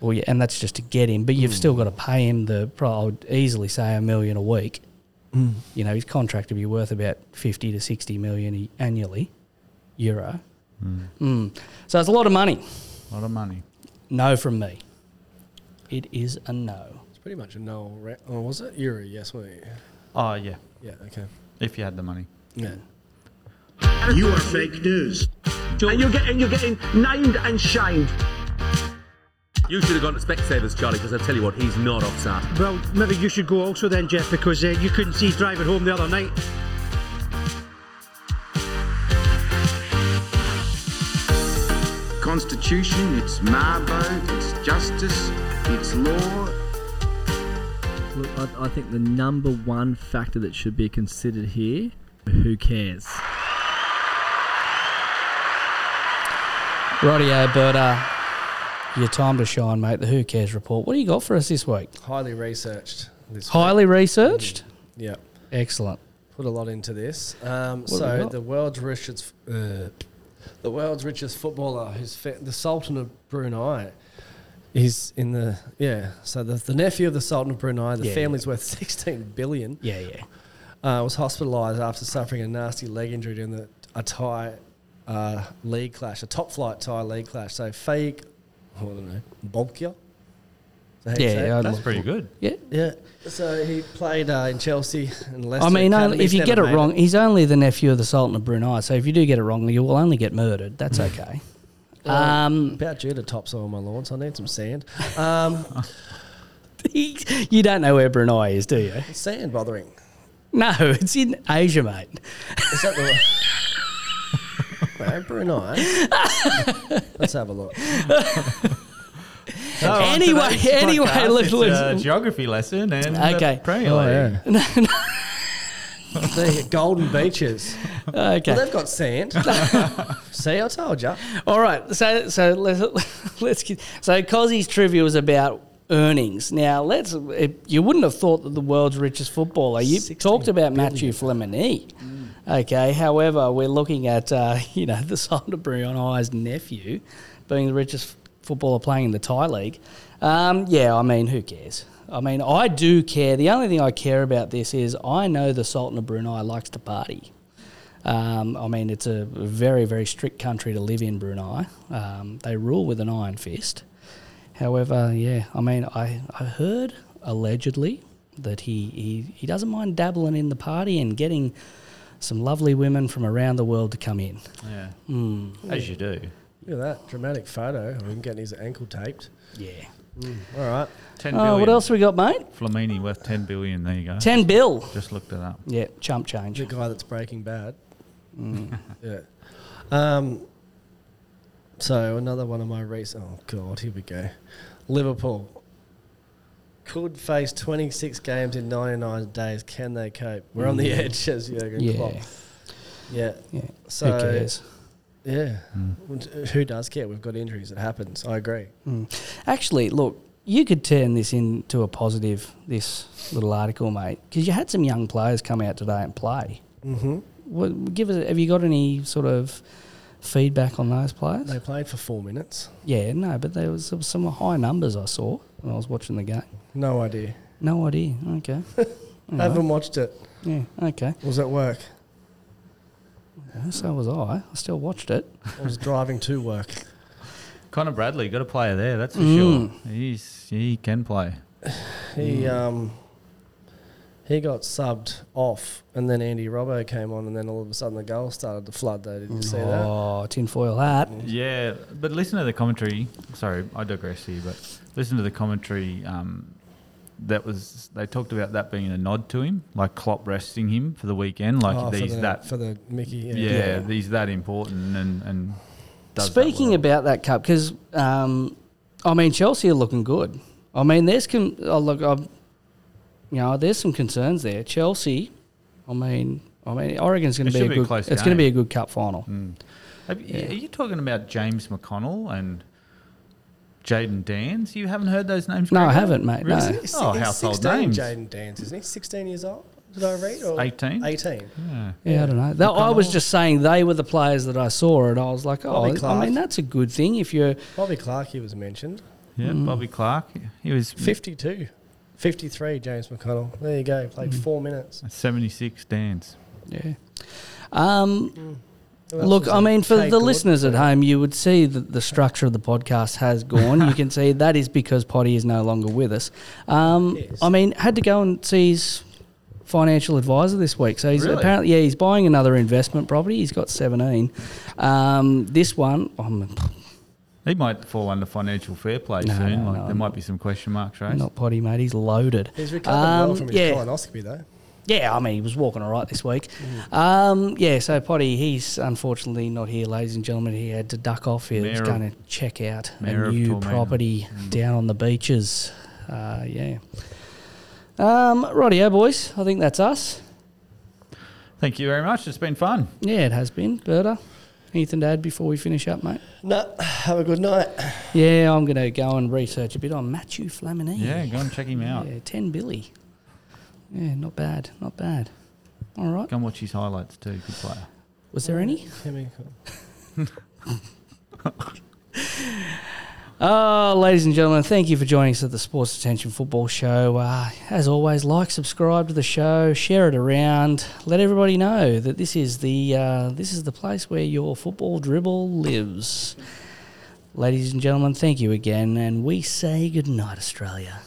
Speaker 2: Well, yeah, and that's just to get him, but you've still got to pay him the. pro- I would easily say a million a week. You know, his contract to be worth about fifty to sixty million e- annually, euro. Mm. So it's a lot of money.
Speaker 4: a lot of money.
Speaker 2: No from me. It is a no.
Speaker 5: It's pretty much a no. Ra- oh, was it Yuri? Yes, wasn't it?
Speaker 4: Oh yeah,
Speaker 5: Yeah. Okay.
Speaker 4: if you had the money.
Speaker 5: Yeah.
Speaker 1: You are fake news.
Speaker 11: And you're getting you're getting named and shamed. You should have gone to Specsavers, Charlie, because I tell you what, he's not offside.
Speaker 12: Well, maybe you should go also then, Jeff, because uh, you couldn't see driving home the other night.
Speaker 9: Constitution, it's Marbo, it's justice, it's law,
Speaker 13: Look, I, I think the number one factor that should be considered here, who cares?
Speaker 2: Rightio, but uh, your time to shine, mate. The Who Cares report. What do you got for us this week?
Speaker 5: Highly researched. This
Speaker 2: Highly researched.
Speaker 5: Yeah.
Speaker 2: Excellent.
Speaker 5: Put a lot into this.
Speaker 2: What
Speaker 5: Um,
Speaker 2: have we
Speaker 5: so
Speaker 2: got?
Speaker 5: the world's richest, uh, the world's richest footballer, who's fa- the Sultan of Brunei, is in the yeah. So the, the nephew of the Sultan of Brunei, the
Speaker 2: Yeah,
Speaker 5: family's worth 16 billion.
Speaker 2: Yeah, yeah.
Speaker 5: uh, was hospitalised after suffering a nasty leg injury during the, a Thai uh, league clash, a top flight Thai league clash. So Faik, I don't know, Bobkia, I hate
Speaker 2: Yeah,
Speaker 5: to say it.
Speaker 2: yeah, I'd That's love pretty to. good. Yeah.
Speaker 5: yeah. So he played uh, in Chelsea and Leicester.
Speaker 2: I mean, only-
Speaker 5: Academy.
Speaker 2: if
Speaker 5: He's
Speaker 2: you get it
Speaker 5: never made
Speaker 2: wrong, he's only the nephew of the Sultan of Brunei. So if you do get it wrong, you will only get murdered. That's okay.
Speaker 5: Hmm. Um, about due to topsoil on my lawn, so I need some sand. Um,
Speaker 2: you don't know where Brunei is, do you?
Speaker 5: sand bothering.
Speaker 2: No, it's in Asia, mate.
Speaker 5: Is that the Well, Brunei? eh? Let's have a look.
Speaker 4: So on
Speaker 2: Anyway-
Speaker 4: today's
Speaker 2: anyway,
Speaker 4: podcast,
Speaker 2: look,
Speaker 4: it's
Speaker 2: look.
Speaker 4: a geography lesson and uh,
Speaker 2: Okay.
Speaker 4: okay. Premier
Speaker 2: Oh,
Speaker 4: League.
Speaker 5: There you go, golden beaches.
Speaker 2: Okay.
Speaker 5: Well, they've got sand. See, I told you.
Speaker 2: All right, so so let's let's get, so Cozzy's trivia was about earnings. Now let's it, you wouldn't have thought that the world's richest footballer. You talked about Matthew Flemini. Okay, however, we're looking at uh, you know the Sultan of Brunei's nephew being the richest footballer playing in the Thai league. Um, yeah, I mean, who cares? I mean, I do care. The only thing I care about this is I know the Sultan of Brunei likes to party. Um, I mean, it's a very, very strict country to live in, Brunei. Um, they rule with an iron fist. However, yeah, I mean, I, I heard allegedly that he, he, he doesn't mind dabbling in the party and getting some lovely women from around the world to come in.
Speaker 4: Yeah.
Speaker 2: Mm.
Speaker 4: As you do.
Speaker 5: Look at that dramatic photo of him getting his ankle taped.
Speaker 2: Yeah.
Speaker 5: all right.
Speaker 4: 10
Speaker 2: Oh, what
Speaker 4: billion.
Speaker 2: else we got, mate?
Speaker 4: Flamini worth 10 billion. There you go.
Speaker 2: 10 bill.
Speaker 4: Just looked it up.
Speaker 2: Yeah, chump change.
Speaker 5: The guy that's Breaking Bad.
Speaker 2: Mm.
Speaker 5: yeah. Um, so another one of my recent. Oh God, here we go. Liverpool could face 26 games in 99 days. Can they cope? We're on the
Speaker 2: Mm.
Speaker 5: edge, as Jurgen
Speaker 2: Yeah.
Speaker 5: Klopp. Yeah.
Speaker 2: Yeah.
Speaker 5: So
Speaker 2: Who cares?
Speaker 5: Yeah.
Speaker 4: Mm.
Speaker 5: Who does care? We've got injuries. It happens. I agree.
Speaker 2: Mm. Actually, look, you could turn this into a positive, this little article, mate, because you had some young players come out today and play.
Speaker 5: Mm-hmm.
Speaker 2: What, give us, have you got any sort of feedback on those players?
Speaker 5: They played for four minutes.
Speaker 2: Yeah, no, but there was, there was some high numbers I saw when I was watching the game.
Speaker 5: No idea.
Speaker 2: No idea. Okay. All
Speaker 5: I haven't
Speaker 2: right.
Speaker 5: watched it.
Speaker 2: Yeah. Okay.
Speaker 5: Was at work.
Speaker 2: So was I. I still watched it.
Speaker 5: I was driving to work.
Speaker 4: Connor Bradley, got a player there, that's for
Speaker 2: Mm.
Speaker 4: sure. He's, he can play.
Speaker 5: He
Speaker 4: Mm.
Speaker 5: um he got subbed off, and then Andy Robbo came on, and then all of a sudden the goals started to flood. Though, did you see that?
Speaker 2: Oh, tinfoil hat.
Speaker 4: Yeah, but listen to the commentary. Sorry, I digress here, but listen to the commentary. Um, that was they talked about that being a nod to him, like Klopp resting him for the weekend. Like
Speaker 5: Oh, for
Speaker 4: he's
Speaker 5: the-
Speaker 4: that
Speaker 5: for the Mickey, yeah.
Speaker 4: yeah,
Speaker 5: Yeah.
Speaker 4: he's that important and and does that
Speaker 2: Speaking about that cup, because um, I mean Chelsea are looking good. I mean, there's com- oh, look, I'm, you know, there's some concerns there. Chelsea, I mean, I mean, Oregon's going
Speaker 4: It
Speaker 2: to be
Speaker 4: should
Speaker 2: a
Speaker 4: be a
Speaker 2: good.
Speaker 4: close
Speaker 2: It's going to be a
Speaker 4: game. Mm.
Speaker 2: good cup final.
Speaker 4: Have, you Are you talking about James McConnell and Jaden Dans? You haven't heard those names?
Speaker 2: No, I
Speaker 4: Gregor?
Speaker 2: haven't, mate, no.
Speaker 4: Really?
Speaker 2: He's-
Speaker 4: Oh,
Speaker 2: he's
Speaker 4: household
Speaker 5: 16,
Speaker 4: names.
Speaker 5: Jaden Dans, isn't he? 16 years old? Did I read? Or
Speaker 4: 18?
Speaker 5: 18.
Speaker 4: Yeah.
Speaker 2: Yeah, I don't know. That, I was just saying they were the players that I saw, and I was like, oh,
Speaker 5: Bobby
Speaker 2: I
Speaker 5: Clark.
Speaker 2: mean, that's a good thing if you're.
Speaker 5: Bobby Clark, he was mentioned.
Speaker 4: Yeah,
Speaker 2: Mm.
Speaker 4: Bobby Clark. He was
Speaker 5: 52. 53, James McConnell. There you go.
Speaker 4: Hmm.
Speaker 5: Played four minutes.
Speaker 4: seventy six. Dans.
Speaker 2: Yeah. Um,
Speaker 5: Who else
Speaker 2: Look,
Speaker 5: was
Speaker 2: I
Speaker 5: in?
Speaker 2: mean, for
Speaker 5: Kate
Speaker 2: the
Speaker 5: Good.
Speaker 2: listeners at home, you would see that the structure of the podcast has gone. you can see that is because Potty is no longer with us. Um, I mean, had to go and see his financial advisor this week. So he's
Speaker 4: Really?
Speaker 2: apparently, yeah, he's buying another investment property. He's got 17. Um, this one, I'm
Speaker 4: He might fall under financial fair play
Speaker 2: No,
Speaker 4: soon.
Speaker 2: no,
Speaker 4: like
Speaker 2: no,
Speaker 4: there might be some question marks raised.
Speaker 2: not Potty, mate. He's loaded.
Speaker 5: He's recovered well
Speaker 2: Um,
Speaker 5: from his
Speaker 2: yeah.
Speaker 5: colonoscopy, though.
Speaker 2: Yeah, I mean, he was walking all right this week. Um, yeah, so Potty, he's unfortunately not here, ladies and gentlemen. He had to duck off here. He was
Speaker 4: Mayor of-
Speaker 2: going to check out
Speaker 4: Mayor
Speaker 2: a
Speaker 4: of Mm.
Speaker 2: new
Speaker 4: Tormenta.
Speaker 2: property down on the beaches. Uh, yeah. Um, rightio, boys. I think that's us.
Speaker 4: Thank you very much. It's been fun.
Speaker 2: Yeah, it has been. Gerda, anything to add before we finish up, mate?
Speaker 5: No, have a good night.
Speaker 2: Yeah, I'm going to go and research a bit on Matthew Flamini.
Speaker 4: Yeah, go and check him out.
Speaker 2: Yeah, 10 Billy. Yeah, not bad. Not bad. All right.
Speaker 4: Go and watch his highlights too. Good player.
Speaker 2: Was there any?
Speaker 5: Here we go.
Speaker 2: Oh, ladies and gentlemen, thank you for joining us at the Sports Attention Football Show. Uh, as always, like, subscribe to the show, share it around, let everybody know that this is the uh, this is the place where your football dribble lives. Ladies and gentlemen, thank you again, and we say goodnight, Australia.